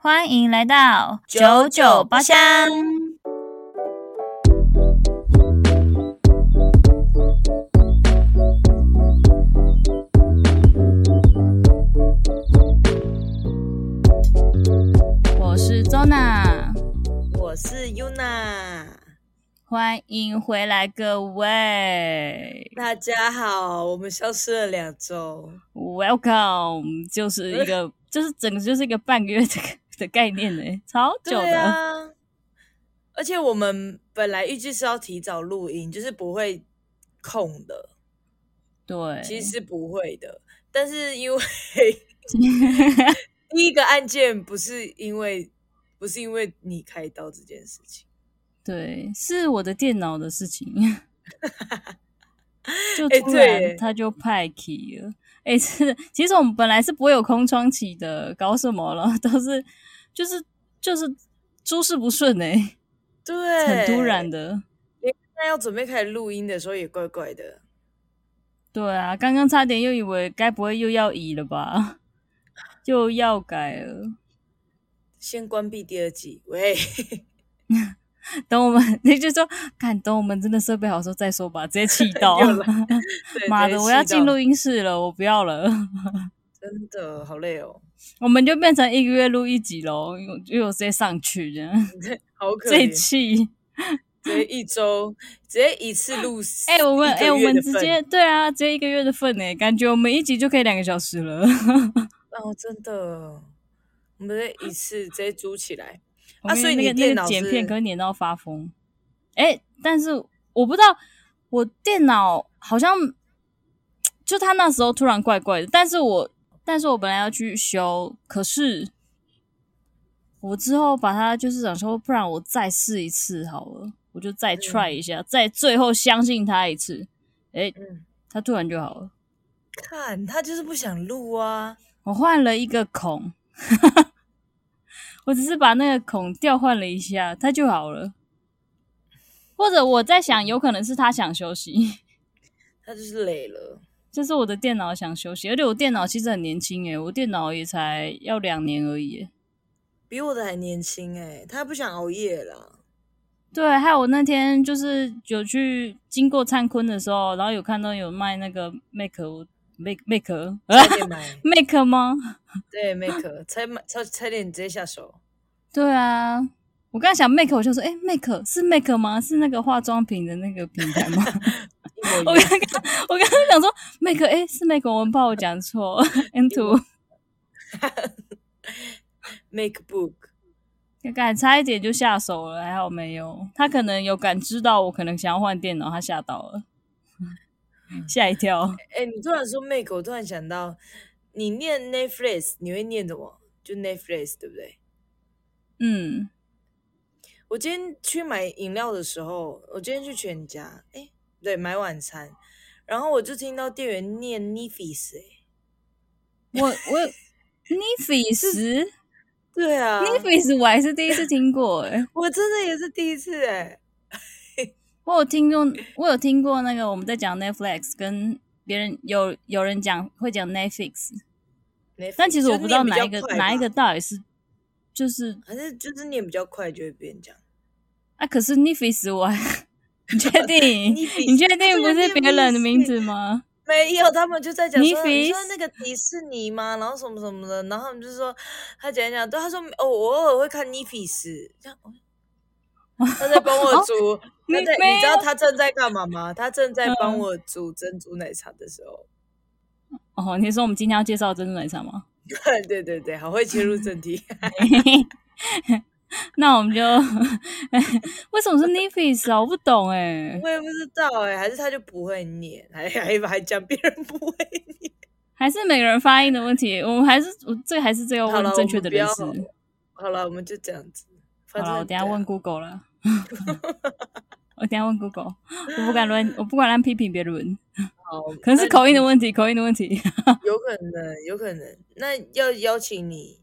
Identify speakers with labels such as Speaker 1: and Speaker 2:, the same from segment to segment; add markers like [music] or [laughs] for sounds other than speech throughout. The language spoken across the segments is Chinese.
Speaker 1: 欢迎来到
Speaker 2: 九九包厢。
Speaker 1: 我是 Zona，
Speaker 2: 我是 Yuna，
Speaker 1: 欢迎回来各位
Speaker 2: 大家好，我们消失了两周，
Speaker 1: ，Welcome，就是一个就是整个就是一个半个月的的概念呢，超久
Speaker 2: 对
Speaker 1: 的。
Speaker 2: 啊，而且我们本来预计是要提早录音，就是不会空的，
Speaker 1: 对，
Speaker 2: 其实是不会的，但是因为 [laughs] 第一个案件不是因为不是因为你开刀这件事情，
Speaker 1: 对，是我的电脑的事
Speaker 2: [laughs]
Speaker 1: 情，就
Speaker 2: 哎
Speaker 1: 突
Speaker 2: 对
Speaker 1: 然
Speaker 2: 耶
Speaker 1: 它就派 key 了。哎、是，其实我们本来是不会有空窗期的，搞什么了？都是就是就是诸事不顺哎、
Speaker 2: 对，
Speaker 1: 很突然。的。
Speaker 2: 那要准备开始录音的时候也怪怪的，
Speaker 1: 对啊，刚刚差点又以为该不会又要移了吧， [laughs] 又要改了。
Speaker 2: 先关闭第二季，喂。
Speaker 1: 等我们， [laughs] 你就说，看，等我们真的设备好的时候再说吧，直接气到。
Speaker 2: [laughs] 又来对
Speaker 1: 妈
Speaker 2: 直
Speaker 1: 的，
Speaker 2: 接
Speaker 1: 我要
Speaker 2: 气
Speaker 1: 进
Speaker 2: 到
Speaker 1: 录音室了，我不要了。
Speaker 2: 真的好累哦，
Speaker 1: 我们就变成一个月录一集喽，因为因为我直接上去这样，
Speaker 2: 好可
Speaker 1: 这
Speaker 2: 怜，
Speaker 1: 一
Speaker 2: 直
Speaker 1: 期，
Speaker 2: 接一周，直接一次录四。
Speaker 1: 哎、我们
Speaker 2: 一
Speaker 1: 哎、
Speaker 2: 个
Speaker 1: 我
Speaker 2: 月
Speaker 1: 们
Speaker 2: 的
Speaker 1: 直
Speaker 2: 份
Speaker 1: 接对啊，直接一个月的份呢、感觉我们一集就可以两个小时了。
Speaker 2: 哦，真 [laughs] 的，我们直接一次直接租起来。
Speaker 1: 我们
Speaker 2: 啊所以
Speaker 1: 哦那
Speaker 2: 你
Speaker 1: 个那
Speaker 2: 电
Speaker 1: 个
Speaker 2: 脑
Speaker 1: 剪
Speaker 2: 是
Speaker 1: 片可以黏到发疯。哎、但是我不知道，我电脑好像就他那时候突然怪怪的，但是我但是我本来要去修，可是我之后把它就是想说，不然我再试一次好了，我就
Speaker 2: 嗯
Speaker 1: 再 try 一下，再最后相信他一次。哎、
Speaker 2: 嗯，
Speaker 1: 他突然就好了，
Speaker 2: 看他就是不想录啊，
Speaker 1: 我换了一个孔， [laughs] 我只是把那个孔调换了一下，它就好了。或者我在想，有可能是他想休息，
Speaker 2: 他就是累了。
Speaker 1: 就是我的电脑想休息，而且我电脑其实很年轻诶、我电脑也才要两年而已、欸。
Speaker 2: 比我的还年轻哎、他不想熬夜啦。
Speaker 1: 对，还有我那天就是有去经过灿坤的时候，然后有看到有卖那个 Make Make Make
Speaker 2: 差
Speaker 1: [laughs]
Speaker 2: 点买，
Speaker 1: Make 啊吗？
Speaker 2: 对 Make 才买，差差点直接下手。
Speaker 1: 对啊，我刚想 Make，我就说，诶 m a k e 是 Make 吗？是那个化妆品的那个品牌吗？
Speaker 2: 一模
Speaker 1: 我
Speaker 2: 一
Speaker 1: 刚
Speaker 2: 样
Speaker 1: 刚我刚刚想说 make 哎、是 make 我们怕我讲错 and to，
Speaker 2: MacBook，
Speaker 1: 刚刚差一点就下手了，还好没有。他可能有感知到我可能想要换电脑，他吓到了，吓一跳。
Speaker 2: 哎、你突然说 Make，我突然想到，你念 Netflix，你会念什么？就 Netflix 对不对？
Speaker 1: 嗯，
Speaker 2: 我今天去买饮料的时候，我今天去全家，哎、对，买晚餐，然后我就听到店员念 Nifis，哎、
Speaker 1: 我我 n i f i s
Speaker 2: 对啊
Speaker 1: n，i f i s 我还是第一次听过哎、
Speaker 2: 我真的也是第一次哎、
Speaker 1: 我有听过，我有听过那个我们在讲 Netflix 跟。别人有有人讲会讲 Netflix，
Speaker 2: Nifis，
Speaker 1: 但其实
Speaker 2: 就
Speaker 1: 我
Speaker 2: 是
Speaker 1: 不知道
Speaker 2: 念比
Speaker 1: 哪
Speaker 2: 较
Speaker 1: 一个
Speaker 2: 快
Speaker 1: 哪一
Speaker 2: 吧
Speaker 1: 个，到底是就是
Speaker 2: 还是就是念比较快就会变这样。
Speaker 1: 啊，可是 Nifis
Speaker 2: [laughs]
Speaker 1: 我还，你确定？
Speaker 2: Nifis，
Speaker 1: 你确定不
Speaker 2: 它
Speaker 1: 是
Speaker 2: 这个
Speaker 1: 别人的
Speaker 2: Nifis
Speaker 1: 名字吗？
Speaker 2: 没有，他们就在讲说，你说
Speaker 1: Nifis
Speaker 2: 那个迪士尼吗？然后什么什么的，然后他们就说，他讲一讲，对，他说哦，我偶尔会看 Nifis，这样。哦他在帮我
Speaker 1: [laughs]
Speaker 2: 煮，
Speaker 1: 哦你
Speaker 2: 他在
Speaker 1: 没
Speaker 2: 你知道
Speaker 1: 有
Speaker 2: 他正在干嘛吗？他正在帮
Speaker 1: 嗯
Speaker 2: 我煮珍珠奶茶的时候， [laughs]
Speaker 1: 哦，你说我们今天要介绍的珍珠奶茶吗？ [laughs]
Speaker 2: 对对对，好会切入正题。
Speaker 1: 那我们就 [laughs] 为什么是 Nifis 啊？我不懂哎、
Speaker 2: 我也不知道哎、还是他就不会念，还还还讲别人不会念。
Speaker 1: 还是每个人发音的问题。我们还是 [laughs] 我这个还是这个
Speaker 2: 好
Speaker 1: 问
Speaker 2: 了
Speaker 1: 正确
Speaker 2: 我们
Speaker 1: 的
Speaker 2: 不
Speaker 1: 人
Speaker 2: 要
Speaker 1: 士。
Speaker 2: 好了，我们就这样子。
Speaker 1: 好
Speaker 2: 反正
Speaker 1: 了，我等一下
Speaker 2: 对啊
Speaker 1: 问 Google 了。 [laughs] 我等一下问 Google，我不敢乱，我不敢乱批评别人，
Speaker 2: 好，
Speaker 1: 可能
Speaker 2: 那
Speaker 1: 是口音的问题，口音的问题。 [laughs]
Speaker 2: 有可能，有可能。那要邀请你，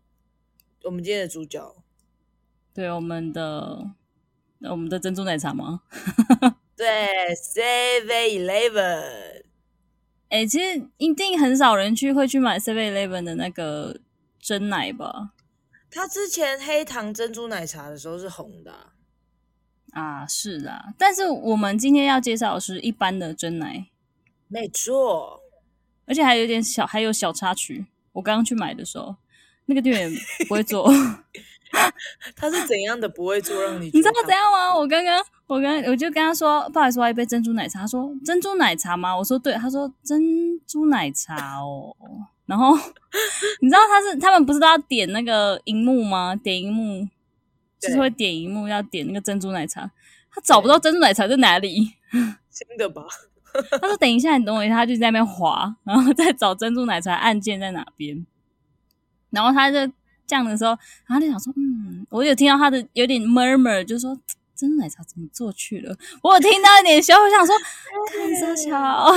Speaker 2: 我们今天的主角，
Speaker 1: 对，我们的我们的珍珠奶茶吗？
Speaker 2: 对，Save Eleven。
Speaker 1: 哎、其实一定很少人去会去买 Seven Eleven 的那个真奶吧？
Speaker 2: 它之前黑糖珍珠奶茶的时候是红的啊、
Speaker 1: 啊，是啊，但是我们今天要介绍的是一般的真奶，
Speaker 2: 没错，
Speaker 1: 而且还有点小，还有小插曲。我刚刚去买的时候，那个店员不会做，
Speaker 2: 它是怎样的不会做让你
Speaker 1: 你
Speaker 2: 你
Speaker 1: 知道怎样吗？我刚刚我刚我就跟他说，不好意思，我要一杯珍珠奶茶。他说珍珠奶茶吗？我说对，他说珍珠奶茶哦。然
Speaker 2: [laughs]
Speaker 1: 后你知道他是他们不是都要点那个荧幕吗？点荧幕就是
Speaker 2: 对
Speaker 1: 会点荧幕，要点那个珍珠奶茶。他找不到珍珠奶茶在哪里。
Speaker 2: 新的
Speaker 1: [laughs]
Speaker 2: 吧？
Speaker 1: 他说：“等一下，你等我一下。”他就在那边滑，然后再找珍珠奶茶按键在哪边。然后他就这样的时候，然后他就想说：“嗯，我有听到他的有点 murmur，就说嘖珍珠奶茶怎么做去了？”我有听到一点小，我想说：“看傻小。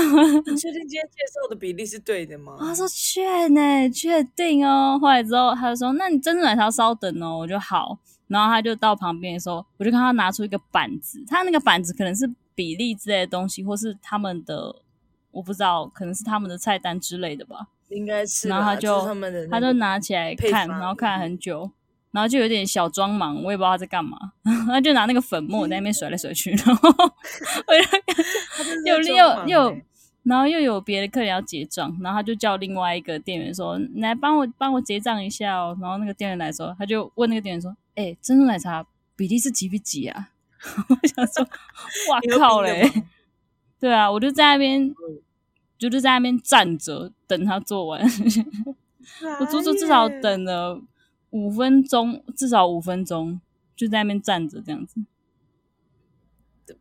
Speaker 2: 你确定今天介绍的比例是对的”吗？
Speaker 1: 他说：“确呢，确定哦。”后来之后，他就说：“那你珍珠奶茶稍等哦。”我就好。然后他就到旁边的时候，我就看他拿出一个板子，他那个板子可能是比例之类的东西，或是他们的，我不知道，可能是他们的菜单之类的吧。
Speaker 2: 应该是吧，
Speaker 1: 然后他
Speaker 2: 这
Speaker 1: 就是
Speaker 2: 他们的那
Speaker 1: 他就
Speaker 2: 个
Speaker 1: 拿起来
Speaker 2: 嗯配
Speaker 1: 看，
Speaker 2: 方
Speaker 1: 然后看了很久，然后就有点小装忙，我也不知道他在干嘛，他就拿那个粉末在那边甩来甩去，然后我就看
Speaker 2: 他真的是
Speaker 1: 有
Speaker 2: 装
Speaker 1: 有
Speaker 2: 忙
Speaker 1: 有
Speaker 2: 欸，
Speaker 1: 然后又有别的客人要结账，然后他就叫另外一个店员说：“你来帮我帮我结账一下哦。”然后那个店员来的时候，他就问那个店员说：“哎、珍珠奶茶比例是几比几啊？” [laughs] 我想说：“哇
Speaker 2: 你有
Speaker 1: 靠
Speaker 2: 冰的
Speaker 1: 嘞
Speaker 2: 吗！”嗯
Speaker 1: 对啊，我就在那边，就就在那边站着等他做完。我足足至少
Speaker 2: 傻眼
Speaker 1: 等了五分钟，至少五分钟就在那边站着这样子。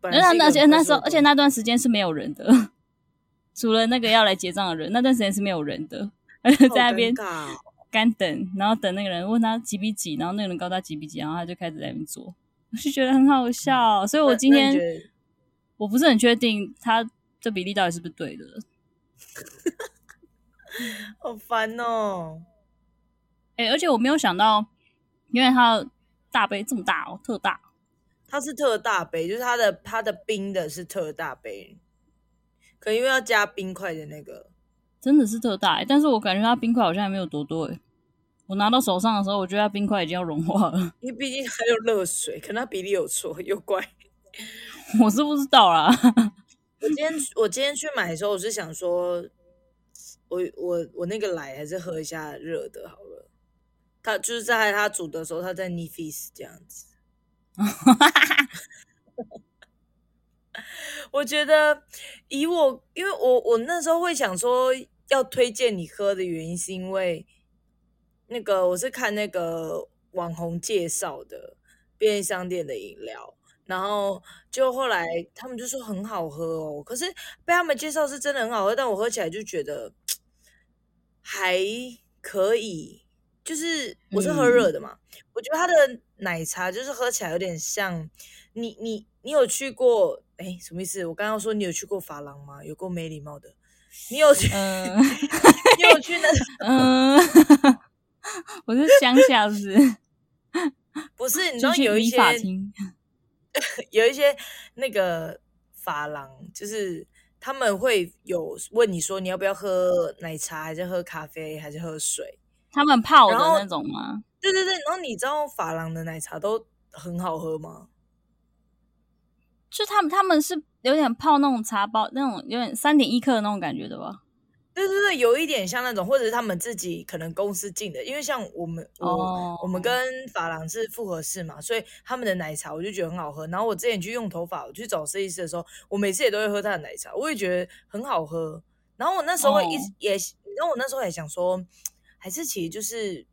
Speaker 2: 本来
Speaker 1: 而且
Speaker 2: 是一个
Speaker 1: 那而且
Speaker 2: 很快
Speaker 1: 那
Speaker 2: 速
Speaker 1: 时候，
Speaker 2: 的
Speaker 1: 而且
Speaker 2: 动
Speaker 1: 那段时间是没有人的， [laughs] 除了那个要来结账的人，那段时间是没有人的，而且
Speaker 2: 作
Speaker 1: 在
Speaker 2: 好
Speaker 1: 那边
Speaker 2: 尴尬哦
Speaker 1: 干等，然后等那个人问他几比几，然后那个人告诉他几比几，然后他就开始在那边做，我就觉得很好笑。所以
Speaker 2: 嗯哦那
Speaker 1: 我
Speaker 2: 那
Speaker 1: 今
Speaker 2: 你
Speaker 1: 天
Speaker 2: 觉得
Speaker 1: 我不是很确定他这比例到底是不是对的。
Speaker 2: 好烦哦。
Speaker 1: 哎、而且我没有想到，因为他的大杯这么大哦，特大
Speaker 2: 它是特大杯，就是它的它的冰的是特大杯，可因为要加冰块的那个，
Speaker 1: 真的是特大、欸，但是我感觉它冰块好像还没有多多、欸。我拿到手上的时候，我觉得它冰块已经要融化了， [laughs]
Speaker 2: 因为毕竟还有热水，可能它比例有错有怪。
Speaker 1: 我是不知道啦。
Speaker 2: [laughs]
Speaker 1: [laughs]
Speaker 2: 我今天我今天去买的时候，我是想说，我我我那个奶还是喝一下热的好了。它就是在它煮的时候，它在 n e f i s 这样子。我觉得以我，因为我我那时候会想说要推荐你喝的原因，是因为那个我是看那个网红介绍的便利商店的饮料，然后就后来他们就说很好喝哦，可是被他们介绍是真的很好喝，但我喝起来就觉得还可以，就是我是喝热的嘛，我觉得它的奶茶就是喝起来有点像你你你有去过哎什么意思？我刚刚说你有去过发廊吗？有够没礼貌的，你有去、
Speaker 1: 嗯、
Speaker 2: 你有去那
Speaker 1: [laughs] 嗯，我是乡下，是不是？
Speaker 2: 不是你知
Speaker 1: 就
Speaker 2: 道
Speaker 1: 去
Speaker 2: 有一
Speaker 1: 理
Speaker 2: 些
Speaker 1: 发厅，
Speaker 2: 有一些那个发廊，就是他们会有问你说你要不要喝奶茶，还是喝咖啡，还是喝水？
Speaker 1: 他们泡的
Speaker 2: 然后
Speaker 1: 那种吗？
Speaker 2: 对对对，然后你知道发廊的奶茶都很好喝吗？
Speaker 1: 就他们他们是有点泡那种茶包，那种有点三点一克的那种感觉的吧？
Speaker 2: 对对对，有一点像那种，或者是他们自己可能公司进的，因为像我们我、
Speaker 1: 哦
Speaker 2: 我们跟发廊是复合式嘛，所以他们的奶茶我就觉得很好喝。然后我之前去用头发，我去找设计师的时候，我每次也都会喝他的奶茶，我也觉得很好喝。然后我那时候一直
Speaker 1: 哦
Speaker 2: 也，你知道我那时候也想说，还是其实就是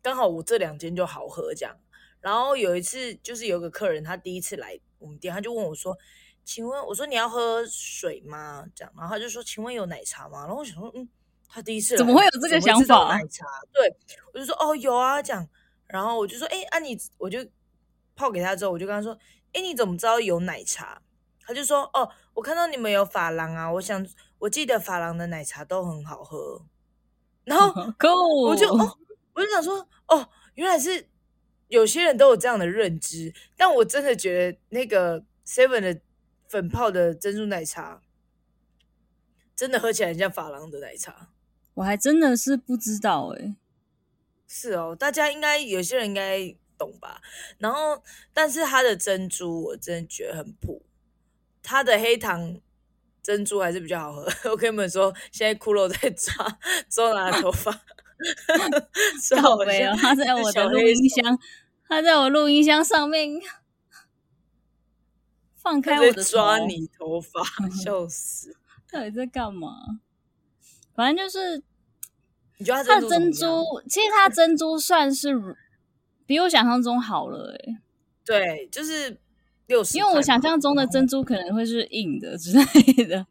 Speaker 2: 刚好我这两间就好喝这样。然后有一次就是有个客人，他第一次来我们店，他就问我说：“请问，我说你要喝水吗？”这样，然后他就说：“请问有奶茶吗？”然后我想说：“嗯，他第一次
Speaker 1: 怎么
Speaker 2: 来
Speaker 1: 会有这个
Speaker 2: 怎么会知
Speaker 1: 想
Speaker 2: 道
Speaker 1: 法
Speaker 2: 奶茶，对我就说：“哦，有啊。”这样，然后我就说：“哎、啊你，我就泡给他之后，我就跟他说：‘哎、你怎么知道有奶茶？’他就说：‘哦，我看到你们有法郎啊，我想我记得法郎的奶茶都很好喝。’然后
Speaker 1: cool，
Speaker 2: 我就哦，我就想说哦，原来是有些人都有这样的认知，但我真的觉得那个 Seven 的粉泡的珍珠奶茶，真的喝起来很像法郎的奶茶。 [laughs]
Speaker 1: 我还真的是不知道哎、
Speaker 2: 是哦，大家应该有些人应该懂吧。然后，但是它的珍珠我真的觉得很普，它的黑糖珍珠还是比较好喝。 [laughs] 我跟你们说，现在骷髅在抓 [laughs] 周娜的头发， [laughs] 超
Speaker 1: 靠
Speaker 2: 好
Speaker 1: 背
Speaker 2: 笑
Speaker 1: 哦，他在
Speaker 2: 是
Speaker 1: 我的
Speaker 2: 小
Speaker 1: 录
Speaker 2: 黑
Speaker 1: 音箱，他在我录音箱上面 [laughs] 放开
Speaker 2: 他
Speaker 1: 我
Speaker 2: 在
Speaker 1: 的
Speaker 2: 抓
Speaker 1: 头嗯
Speaker 2: 你
Speaker 1: [laughs]
Speaker 2: 头发，笑死！
Speaker 1: 到底在干嘛？反正就是
Speaker 2: 你觉得
Speaker 1: 它
Speaker 2: 它
Speaker 1: 的
Speaker 2: 珍
Speaker 1: 珍
Speaker 2: 珠怎么样
Speaker 1: 珠，其实它的珍珠算是比我想象中好了、欸，
Speaker 2: 对，就是六十，
Speaker 1: 因为我想象中的珍珠可能会是硬的之类的，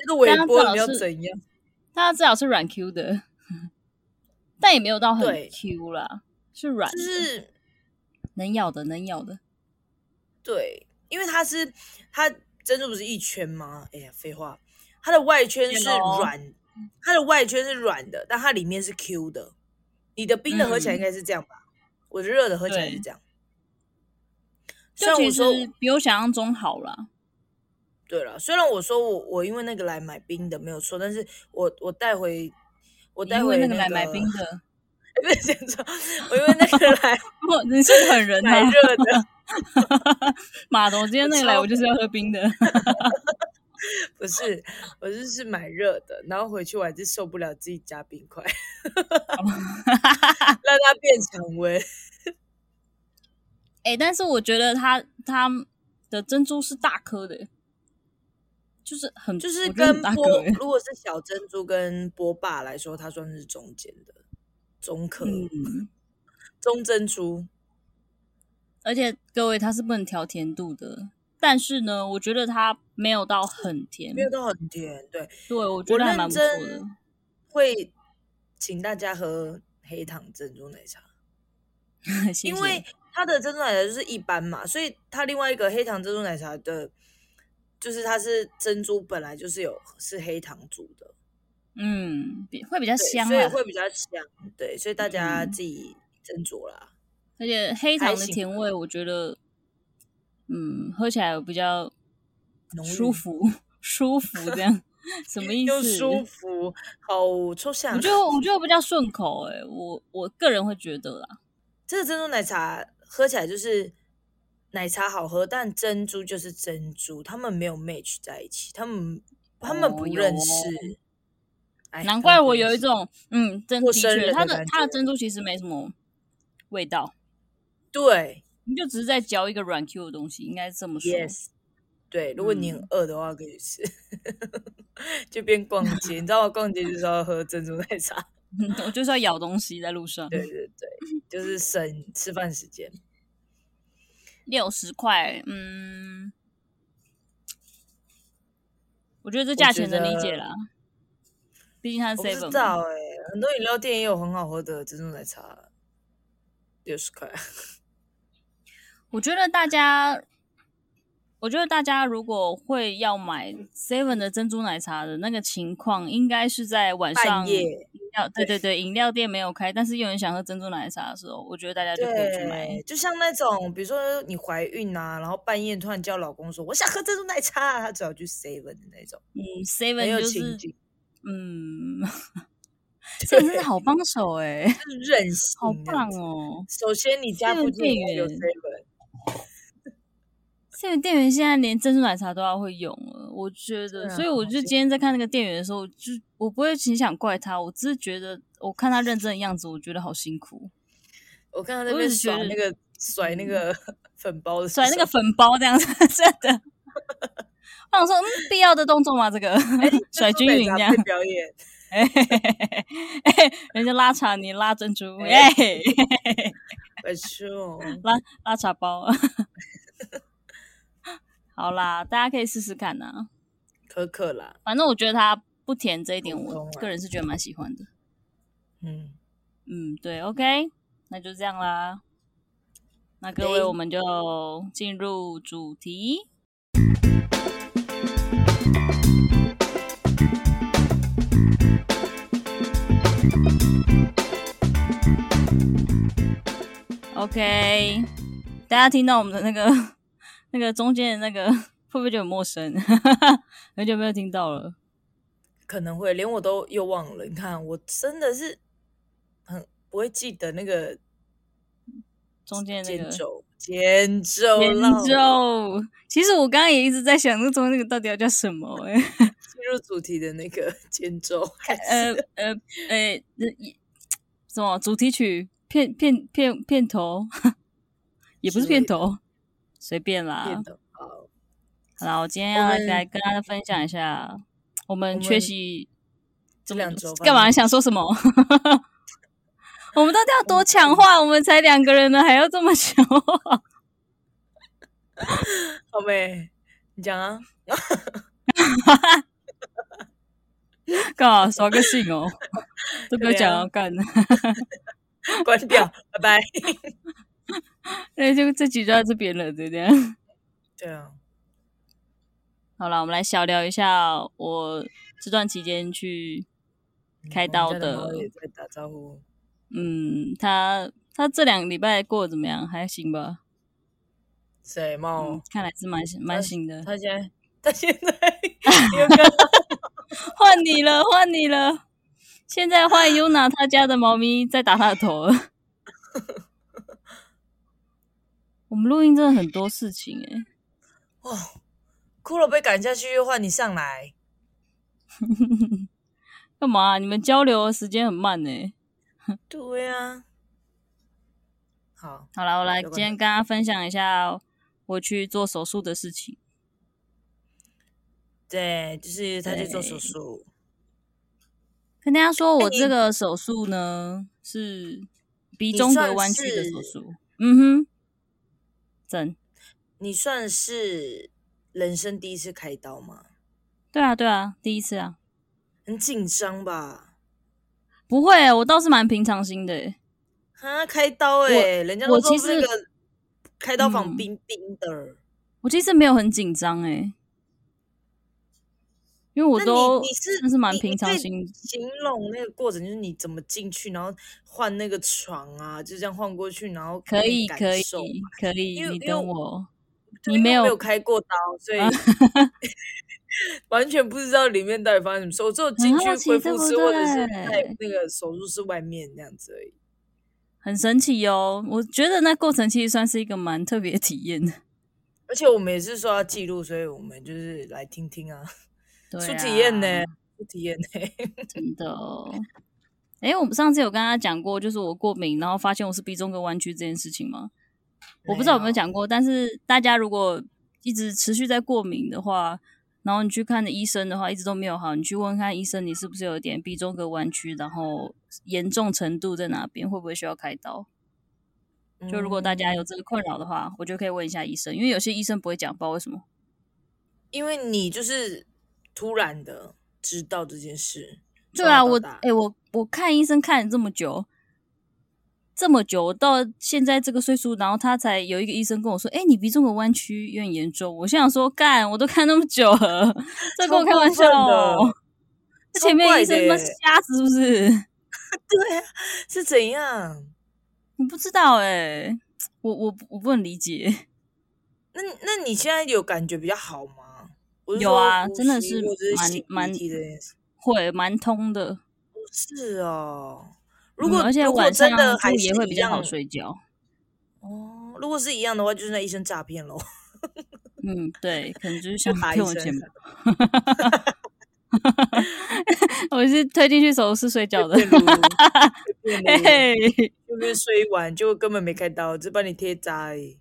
Speaker 2: 那个微
Speaker 1: 刚刚
Speaker 2: 波
Speaker 1: 正好
Speaker 2: 你要
Speaker 1: 是 [laughs]
Speaker 2: 怎样？
Speaker 1: 它至少是软 Q 的，但也没有到很
Speaker 2: 对
Speaker 1: Q 啦，是软
Speaker 2: 就
Speaker 1: 的，
Speaker 2: 是
Speaker 1: 能咬的，能咬的。
Speaker 2: 对，因为它是它珍珠不是一圈吗？哎呀，废话，它的外圈是
Speaker 1: 对咯
Speaker 2: 软，它的外圈是软的，但它里面是 Q 的。你的冰的合起来
Speaker 1: 嗯
Speaker 2: 应该是这样吧？我的热的合起来
Speaker 1: 对
Speaker 2: 是这样。虽
Speaker 1: 就
Speaker 2: 然
Speaker 1: 其
Speaker 2: 我
Speaker 1: 实
Speaker 2: 说
Speaker 1: 比我想象中好啦，
Speaker 2: 对了，虽然我说我我因为那个来买冰的没有错，但是我我带回我带
Speaker 1: 因
Speaker 2: 回
Speaker 1: 为
Speaker 2: 那，
Speaker 1: 个来买冰
Speaker 2: [laughs]
Speaker 1: 的，
Speaker 2: 不是讲错，我因为那
Speaker 1: [laughs]
Speaker 2: 个来
Speaker 1: 我你是狠人
Speaker 2: [laughs] 买
Speaker 1: 啊！[laughs]
Speaker 2: 热的，
Speaker 1: 马总，今天那个来我就是要喝冰的，
Speaker 2: 不是我就是买热的，然后回去我还是受不了自己加冰块。
Speaker 1: 哦
Speaker 2: [laughs] 让它变常
Speaker 1: [laughs]
Speaker 2: 温。
Speaker 1: 哎、但是我觉得它它的珍珠是大颗的、就是很
Speaker 2: 就是
Speaker 1: 我觉得很
Speaker 2: 跟
Speaker 1: 大
Speaker 2: 波
Speaker 1: 颗、，欸，
Speaker 2: 如果是小珍珠跟波霸来说，它算是中间的中颗、
Speaker 1: 嗯，
Speaker 2: 中珍珠。
Speaker 1: 而且各位它是不能调甜度的，但是呢，我觉得它没有到很甜
Speaker 2: 没，有到很甜，对
Speaker 1: 对我觉
Speaker 2: 我
Speaker 1: 得还蛮
Speaker 2: 认
Speaker 1: 不错的 [laughs]
Speaker 2: 真。会请大家喝黑糖珍珠奶茶，
Speaker 1: 谢谢
Speaker 2: 因为它的珍珠奶茶就是一般嘛，所以它另外一个黑糖珍珠奶茶的，就是它是珍珠本来就是有是黑糖煮的，
Speaker 1: 嗯比会比较
Speaker 2: 对，
Speaker 1: 香
Speaker 2: 所以
Speaker 1: 啦，
Speaker 2: 会比较香，对，所以大家
Speaker 1: 嗯
Speaker 2: 自己斟酌啦。
Speaker 1: 而且黑糖
Speaker 2: 还
Speaker 1: 的
Speaker 2: 行
Speaker 1: 甜味，我觉得，嗯，喝起来比较
Speaker 2: 浓郁
Speaker 1: 舒服， [laughs] 舒服这样，什么意
Speaker 2: 又
Speaker 1: 思？
Speaker 2: 舒服，好抽象。
Speaker 1: 我觉得我觉得比较顺口哎、我我个人会觉得啦，
Speaker 2: 这个珍珠奶茶喝起来就是奶茶好喝，但珍珠就是珍珠，他们没有 match 在一起，他们他们
Speaker 1: 哦
Speaker 2: 不
Speaker 1: 有
Speaker 2: 认
Speaker 1: 哦
Speaker 2: 识。哎
Speaker 1: 难怪我有一，
Speaker 2: 他们不认
Speaker 1: 种
Speaker 2: 识
Speaker 1: 嗯，真的
Speaker 2: 陌生人
Speaker 1: 确，
Speaker 2: 的
Speaker 1: 它的
Speaker 2: 感觉
Speaker 1: 它的珍珠其实没什么味道，
Speaker 2: 对
Speaker 1: 你就只是在嚼一个软 Q 的东西，应该这么说。
Speaker 2: ，yes，对。如果你很
Speaker 1: 嗯
Speaker 2: 饿的话，可以吃， [laughs] 就边逛街。你知道吗？逛街就是要喝珍珠奶茶。
Speaker 1: [laughs] 我就是要咬东西在路上，
Speaker 2: 对对对，
Speaker 1: [laughs]
Speaker 2: 就是省吃饭时间。
Speaker 1: 六十块，嗯，我觉得这价钱能理解啦，毕竟它是
Speaker 2: 我不知
Speaker 1: seven
Speaker 2: 道
Speaker 1: 嘛。
Speaker 2: 哎、很多饮料店也有很好喝的珍珠奶茶，六十块。啊
Speaker 1: 我觉得大家，我觉得大家如果会要买 Seven 的珍珠奶茶的那个情况，应该是在晚上
Speaker 2: 半夜
Speaker 1: 饮料对对对，饮料店没有开，但是又有人想喝珍珠奶茶的时候，我觉得大家就可以去买。
Speaker 2: 对，就像那种，比如说你怀孕啊，然后半夜突然叫老公说我想喝珍珠奶茶，啊他只好去 seven 的那种，
Speaker 1: 嗯
Speaker 2: 很有
Speaker 1: ，Seven 就
Speaker 2: 情
Speaker 1: 是
Speaker 2: 景，
Speaker 1: 嗯，这真是好帮手哎、
Speaker 2: 就是任性，
Speaker 1: 好棒！哦
Speaker 2: 首先你家附
Speaker 1: 7-Eleven 店
Speaker 2: 近有
Speaker 1: 员
Speaker 2: seven，
Speaker 1: ！Seven 店员现在连珍珠奶茶都要会用了，我觉
Speaker 2: 对
Speaker 1: 得，
Speaker 2: 啊
Speaker 1: 所以我就今天在看那个店员的时候，我就我不会很想怪他，我只是觉得我看他认真的样子，我觉得好辛苦，
Speaker 2: 我看他那
Speaker 1: 我
Speaker 2: 边
Speaker 1: 只觉
Speaker 2: 甩
Speaker 1: 得嗯
Speaker 2: 那个甩那个粉包的时候，
Speaker 1: 甩那个粉包这样子， [laughs] 真的。我想说，嗯，必要的动作吗？这个 [laughs]
Speaker 2: [laughs]
Speaker 1: 甩啊均匀这样
Speaker 2: 珍珠奶茶配，表演，
Speaker 1: 哎嘿嘿嘿嘿嘿人家拉茶，你拉珍珠，哎，
Speaker 2: 白痴哦，
Speaker 1: 拉茶包。 [laughs] 好啦，大家可以试试看呐、啊
Speaker 2: 可可啦，
Speaker 1: 反正我觉得它不甜这一点，
Speaker 2: 普通
Speaker 1: 我
Speaker 2: 啊
Speaker 1: 个人是觉得蛮喜欢的。
Speaker 2: 嗯，
Speaker 1: 嗯，对，OK，那就这样啦。那各位，
Speaker 2: 对
Speaker 1: 我们就进入主题。OK，大家听到我们的那个那个中间的那个， [laughs] 会不会就很陌生？ [laughs] 很久没有听到了。
Speaker 2: 可能会连我都又忘了，你看我真的是很不会记得那个
Speaker 1: 中间那
Speaker 2: 肩
Speaker 1: 个
Speaker 2: 肘，肩肘
Speaker 1: 研
Speaker 2: 啦，
Speaker 1: 究。其实我刚刚也一直在想，那中间那个到底要叫什 [laughs] 么、欸？
Speaker 2: 进入主题的那个 [laughs] 肩肘，
Speaker 1: 呃呃呃，什么主题曲片片片片头， [laughs] 也不是
Speaker 2: 之类
Speaker 1: 片
Speaker 2: 的
Speaker 1: 头，随便啦
Speaker 2: 变。的好，
Speaker 1: 好啦，我今天
Speaker 2: 我
Speaker 1: 要
Speaker 2: 们
Speaker 1: 来跟大家分享一下，我们
Speaker 2: 们
Speaker 1: 缺席
Speaker 2: 这两周
Speaker 1: 干嘛？
Speaker 2: 发生
Speaker 1: 想说什么？ [laughs] 我们到底要多强化？我们才两个人呢，还要这么强化？
Speaker 2: 好妹，你讲啊，
Speaker 1: [laughs] 干嘛耍个性哦？ [laughs] 都不要讲要干。
Speaker 2: 关掉，
Speaker 1: [laughs]
Speaker 2: 拜拜。
Speaker 1: 那哎就这集就到这边了，就这样。 [laughs]
Speaker 2: 对啊，
Speaker 1: 好了，我们来小聊一下我这段期间去 [laughs] 开刀
Speaker 2: 嗯我们家
Speaker 1: 的
Speaker 2: 猫也在打招呼，
Speaker 1: 嗯，他他这两个礼拜过得怎么样？还行吧。
Speaker 2: 谁
Speaker 1: 嗯
Speaker 2: 猫？，
Speaker 1: 看来是蛮蛮行的。
Speaker 2: 哦他现在他
Speaker 1: [laughs]
Speaker 2: 现在有个
Speaker 1: 换你了，换你了。现在换 Yuna 他家的猫咪在打他的头了。 [laughs] 我们录音真的很多事情哎、
Speaker 2: 哇，骷髅被赶下去，又换你上来。
Speaker 1: 干嘛啊、你们交流的时间很慢哎、
Speaker 2: 对啊，好，
Speaker 1: 好了，我来
Speaker 2: 有
Speaker 1: 今
Speaker 2: 关
Speaker 1: 天跟大家分享一下我去做手术的事情。
Speaker 2: 对，就是他去做手
Speaker 1: 对
Speaker 2: 术，
Speaker 1: 跟大家说，我
Speaker 2: 你
Speaker 1: 这个手术呢是鼻
Speaker 2: 你
Speaker 1: 中隔
Speaker 2: 算
Speaker 1: 弯曲的
Speaker 2: 是
Speaker 1: 手术。嗯哼，真
Speaker 2: 你算是人生第一次开刀吗？
Speaker 1: 对啊，对啊，第一次啊，
Speaker 2: 很紧张吧？
Speaker 1: 不会、我倒是蛮平常心的、欸。
Speaker 2: 啊，开刀哎、人家
Speaker 1: 我
Speaker 2: 都说
Speaker 1: 其
Speaker 2: 是那
Speaker 1: 实
Speaker 2: 个开刀
Speaker 1: 嗯
Speaker 2: 房冰冰的。
Speaker 1: 我其实没有很紧张哎，因为我
Speaker 2: 那
Speaker 1: 都
Speaker 2: 你你是
Speaker 1: 算是蛮
Speaker 2: 你
Speaker 1: 平
Speaker 2: 你
Speaker 1: 常
Speaker 2: 可以
Speaker 1: 心的
Speaker 2: 形容那个过程，就是你怎么进去，然后换那个床啊，就这样换过去，然后
Speaker 1: 可
Speaker 2: 以
Speaker 1: 以
Speaker 2: 感
Speaker 1: 可以
Speaker 2: 受嘛
Speaker 1: 可以
Speaker 2: 因，为
Speaker 1: 你
Speaker 2: 因为
Speaker 1: 等
Speaker 2: 我
Speaker 1: 我，
Speaker 2: 对
Speaker 1: 你
Speaker 2: 因为
Speaker 1: 没
Speaker 2: 我
Speaker 1: 有
Speaker 2: 没有开过刀，
Speaker 1: [laughs]
Speaker 2: 所以 [laughs] 完全不知道里面到底发生什么事。我只有进
Speaker 1: 好
Speaker 2: 去
Speaker 1: 奇
Speaker 2: 恢
Speaker 1: 对
Speaker 2: 复
Speaker 1: 不
Speaker 2: 室或者是
Speaker 1: 对
Speaker 2: 在那个手术室外面那样子而已。
Speaker 1: 很神奇哦。我觉得那过程其实算是一个蛮特别的体验 [laughs] 的。
Speaker 2: 而且我们也是说要记录，所以我们就是来听听啊，
Speaker 1: 对
Speaker 2: [laughs] 出
Speaker 1: 啊
Speaker 2: 体验呢，出体验呢。
Speaker 1: 真的哦。哎，我们上次有跟大家讲过，就是我过敏，然后发现我是鼻中隔弯曲这件事情吗？我不知道有没有讲过，但是大家如果一直持续在过敏的话，然后你去看的医生的话，一直都没有好，你去问看医生，你是不是有点鼻中隔弯曲，然后严重程度在哪边，会不会需要开刀？就如果大
Speaker 2: 嗯
Speaker 1: 家有这个困扰的话，我就可以问一下医生，因为有些医生不会讲，不知道为什么。
Speaker 2: 因为你就是突然的知道这件事，
Speaker 1: 对啊，
Speaker 2: 从
Speaker 1: 我
Speaker 2: 小到
Speaker 1: 哎
Speaker 2: 大、
Speaker 1: 我我看医生看了这么久，这么久，我到现在这个岁数，然后他才有一个医生跟我说：“哎、你鼻中隔弯曲有点严重。”我心想说：“干，我都看那么久了，这跟我
Speaker 2: 超
Speaker 1: 开玩
Speaker 2: 过分
Speaker 1: 笑
Speaker 2: 的
Speaker 1: 哦。”这前面医生他妈
Speaker 2: 超怪的耶
Speaker 1: 瞎子是不是？
Speaker 2: 对啊，是怎样？
Speaker 1: 我不知道哎、我我我不能理解。
Speaker 2: 那那你现在有感觉比较好吗？我是
Speaker 1: 有
Speaker 2: 说
Speaker 1: 啊
Speaker 2: 呼
Speaker 1: 真的
Speaker 2: 吸
Speaker 1: 是
Speaker 2: 或者是
Speaker 1: 蛮
Speaker 2: 擤鼻
Speaker 1: 蛮
Speaker 2: 涕这件事
Speaker 1: 会蛮通的，
Speaker 2: 是哦。如
Speaker 1: 嗯
Speaker 2: 果、
Speaker 1: 而且
Speaker 2: 如果
Speaker 1: 晚上
Speaker 2: 真的还
Speaker 1: 住
Speaker 2: 是
Speaker 1: 也会
Speaker 2: 一
Speaker 1: 比较好
Speaker 2: 样
Speaker 1: 睡觉。
Speaker 2: 哦，如果是一样的话，就是那医生诈骗喽，
Speaker 1: 嗯，对，可能就是
Speaker 2: 就
Speaker 1: 想
Speaker 2: 打医
Speaker 1: 嗯骗我
Speaker 2: 生
Speaker 1: 钱吧。
Speaker 2: [laughs]
Speaker 1: 我是推进去手术睡觉的。[laughs]
Speaker 2: 变如变
Speaker 1: 嘿
Speaker 2: 如
Speaker 1: 嘿，
Speaker 2: 就是睡完就根本没开刀，只帮你贴扎而已。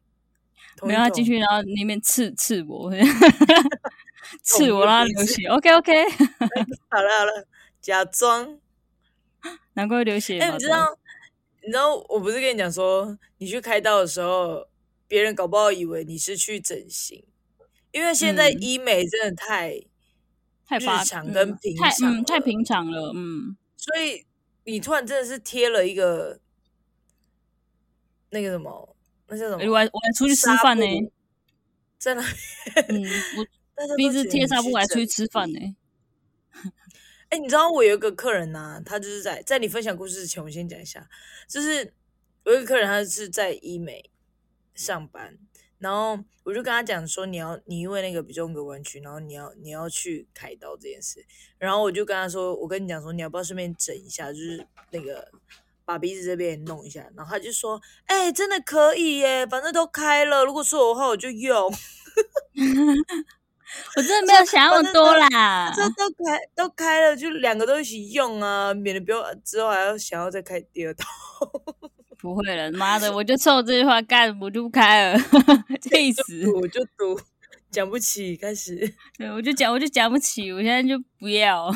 Speaker 2: 同
Speaker 1: 没
Speaker 2: 一
Speaker 1: 有他啊
Speaker 2: 种
Speaker 1: 进去，然后里面刺刺我， [laughs] 刺
Speaker 2: 捅
Speaker 1: 我
Speaker 2: 你
Speaker 1: 让他
Speaker 2: 鼻
Speaker 1: 流
Speaker 2: 子
Speaker 1: 血。OK OK， [laughs]
Speaker 2: 好了好了，假装。
Speaker 1: 难怪会流血
Speaker 2: 哎、
Speaker 1: 嘛。
Speaker 2: 你知
Speaker 1: 对吧
Speaker 2: 道，你知道，我不是跟你讲说，你去开刀的时候，别人搞不好以为你是去整形，因为现在
Speaker 1: 嗯
Speaker 2: 医美真的太，
Speaker 1: 太
Speaker 2: 日
Speaker 1: 发
Speaker 2: 常
Speaker 1: 嗯
Speaker 2: 跟平
Speaker 1: 太
Speaker 2: 常
Speaker 1: 嗯太
Speaker 2: 了
Speaker 1: 平常了，嗯，
Speaker 2: 所以你突然真的是贴了一个那个什么，那叫什
Speaker 1: 我
Speaker 2: 么？
Speaker 1: 还我还出去吃
Speaker 2: 纱
Speaker 1: 饭呢，
Speaker 2: 布在那
Speaker 1: 嗯，我
Speaker 2: 大 [laughs] 家都
Speaker 1: 鼻子
Speaker 2: 觉得
Speaker 1: 贴
Speaker 2: 你
Speaker 1: 纱布
Speaker 2: 去
Speaker 1: 我还出
Speaker 2: 整
Speaker 1: 去吃饭
Speaker 2: 形 [laughs]
Speaker 1: 呢。
Speaker 2: 哎、你知道我有一个客人呐、他就是在在你分享故事之前，我先讲一下，就是我有一个客人，他是在医美上班，然后我就跟他讲说，你要你因为那个鼻中隔弯曲，然后你要你要去开刀这件事，然后我就跟他说，我跟你讲说，你要不要顺便整一下，就是那个把鼻子这边也弄一下，然后他就说：“哎、真的可以耶，反正都开了，如果是我的话，我就用。”
Speaker 1: 我真的没有想那么多啦。
Speaker 2: 这都开都开了，就两个都一起用啊，免得不要之后还要想要再开第二套。
Speaker 1: 不会了，妈的，我就冲这句话干，我就不开了， [laughs] 气死！
Speaker 2: [laughs] 我就赌，讲不起，开始。 [laughs]
Speaker 1: 对，我就讲，我就讲不起，我现在就不要。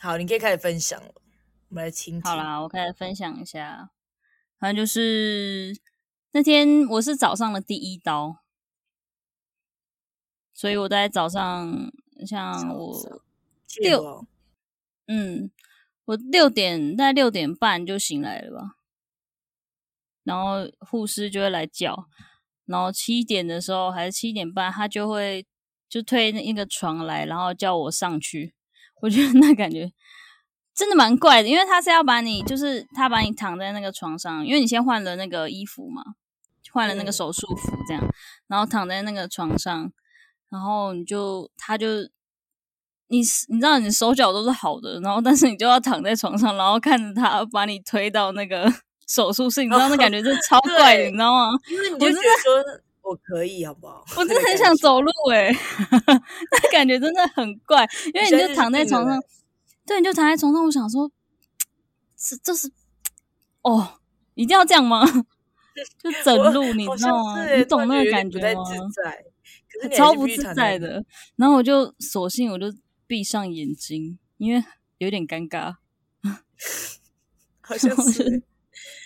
Speaker 2: 好，你可以开始分享了，我们来倾听。
Speaker 1: [laughs] 好，啦，我开始分享一下，反正就是那天我是早上的第一刀，所以我在早上，像我六
Speaker 2: 六
Speaker 1: 嗯，我六点大概六点半就醒来了吧，然后护士就会来叫，然后七点的时候还是七点半，他就会就推那一个床来，然后叫我上去。我觉得那感觉真的蛮怪的，因为他是要把你，就是他把你躺在那个床上，因为你先换了那个衣服嘛，换了那个
Speaker 2: 嗯
Speaker 1: 手术服这样，然后躺在那个床上，然后你就他就你是你知道你手脚都是好的，然后但是你就要躺在床上，然后看着他把你推到那个 [laughs] 手术室，你知道那感觉真的超怪的，
Speaker 2: [laughs] 对
Speaker 1: 你知道吗？
Speaker 2: 因为你
Speaker 1: 我
Speaker 2: 就
Speaker 1: 真
Speaker 2: 觉得说我可以，好不好？
Speaker 1: 我真的很
Speaker 2: 那个感
Speaker 1: 想
Speaker 2: 觉
Speaker 1: 走路哎、 [laughs] 那感觉真的很怪，因为
Speaker 2: 你
Speaker 1: 你
Speaker 2: 现
Speaker 1: 就
Speaker 2: 在
Speaker 1: 躺在
Speaker 2: 就是
Speaker 1: 床
Speaker 2: 病人欸
Speaker 1: 上，对，你就躺在床上，我想说，这这是哦，一定要这样吗？ [laughs] 就整路，你
Speaker 2: 好
Speaker 1: 知
Speaker 2: 像
Speaker 1: 道吗？
Speaker 2: 是
Speaker 1: 你
Speaker 2: 耶
Speaker 1: 懂
Speaker 2: 突然
Speaker 1: 那个
Speaker 2: 有点
Speaker 1: 感
Speaker 2: 不
Speaker 1: 觉
Speaker 2: 太
Speaker 1: 吗？
Speaker 2: 自在，可是你还
Speaker 1: 超
Speaker 2: 是
Speaker 1: 不
Speaker 2: 必须
Speaker 1: 自
Speaker 2: 躺
Speaker 1: 在
Speaker 2: 在那
Speaker 1: 的。然后我就索性我就闭上眼睛，因为有点尴尬。
Speaker 2: 好像
Speaker 1: 我觉
Speaker 2: 是
Speaker 1: 得
Speaker 2: 耶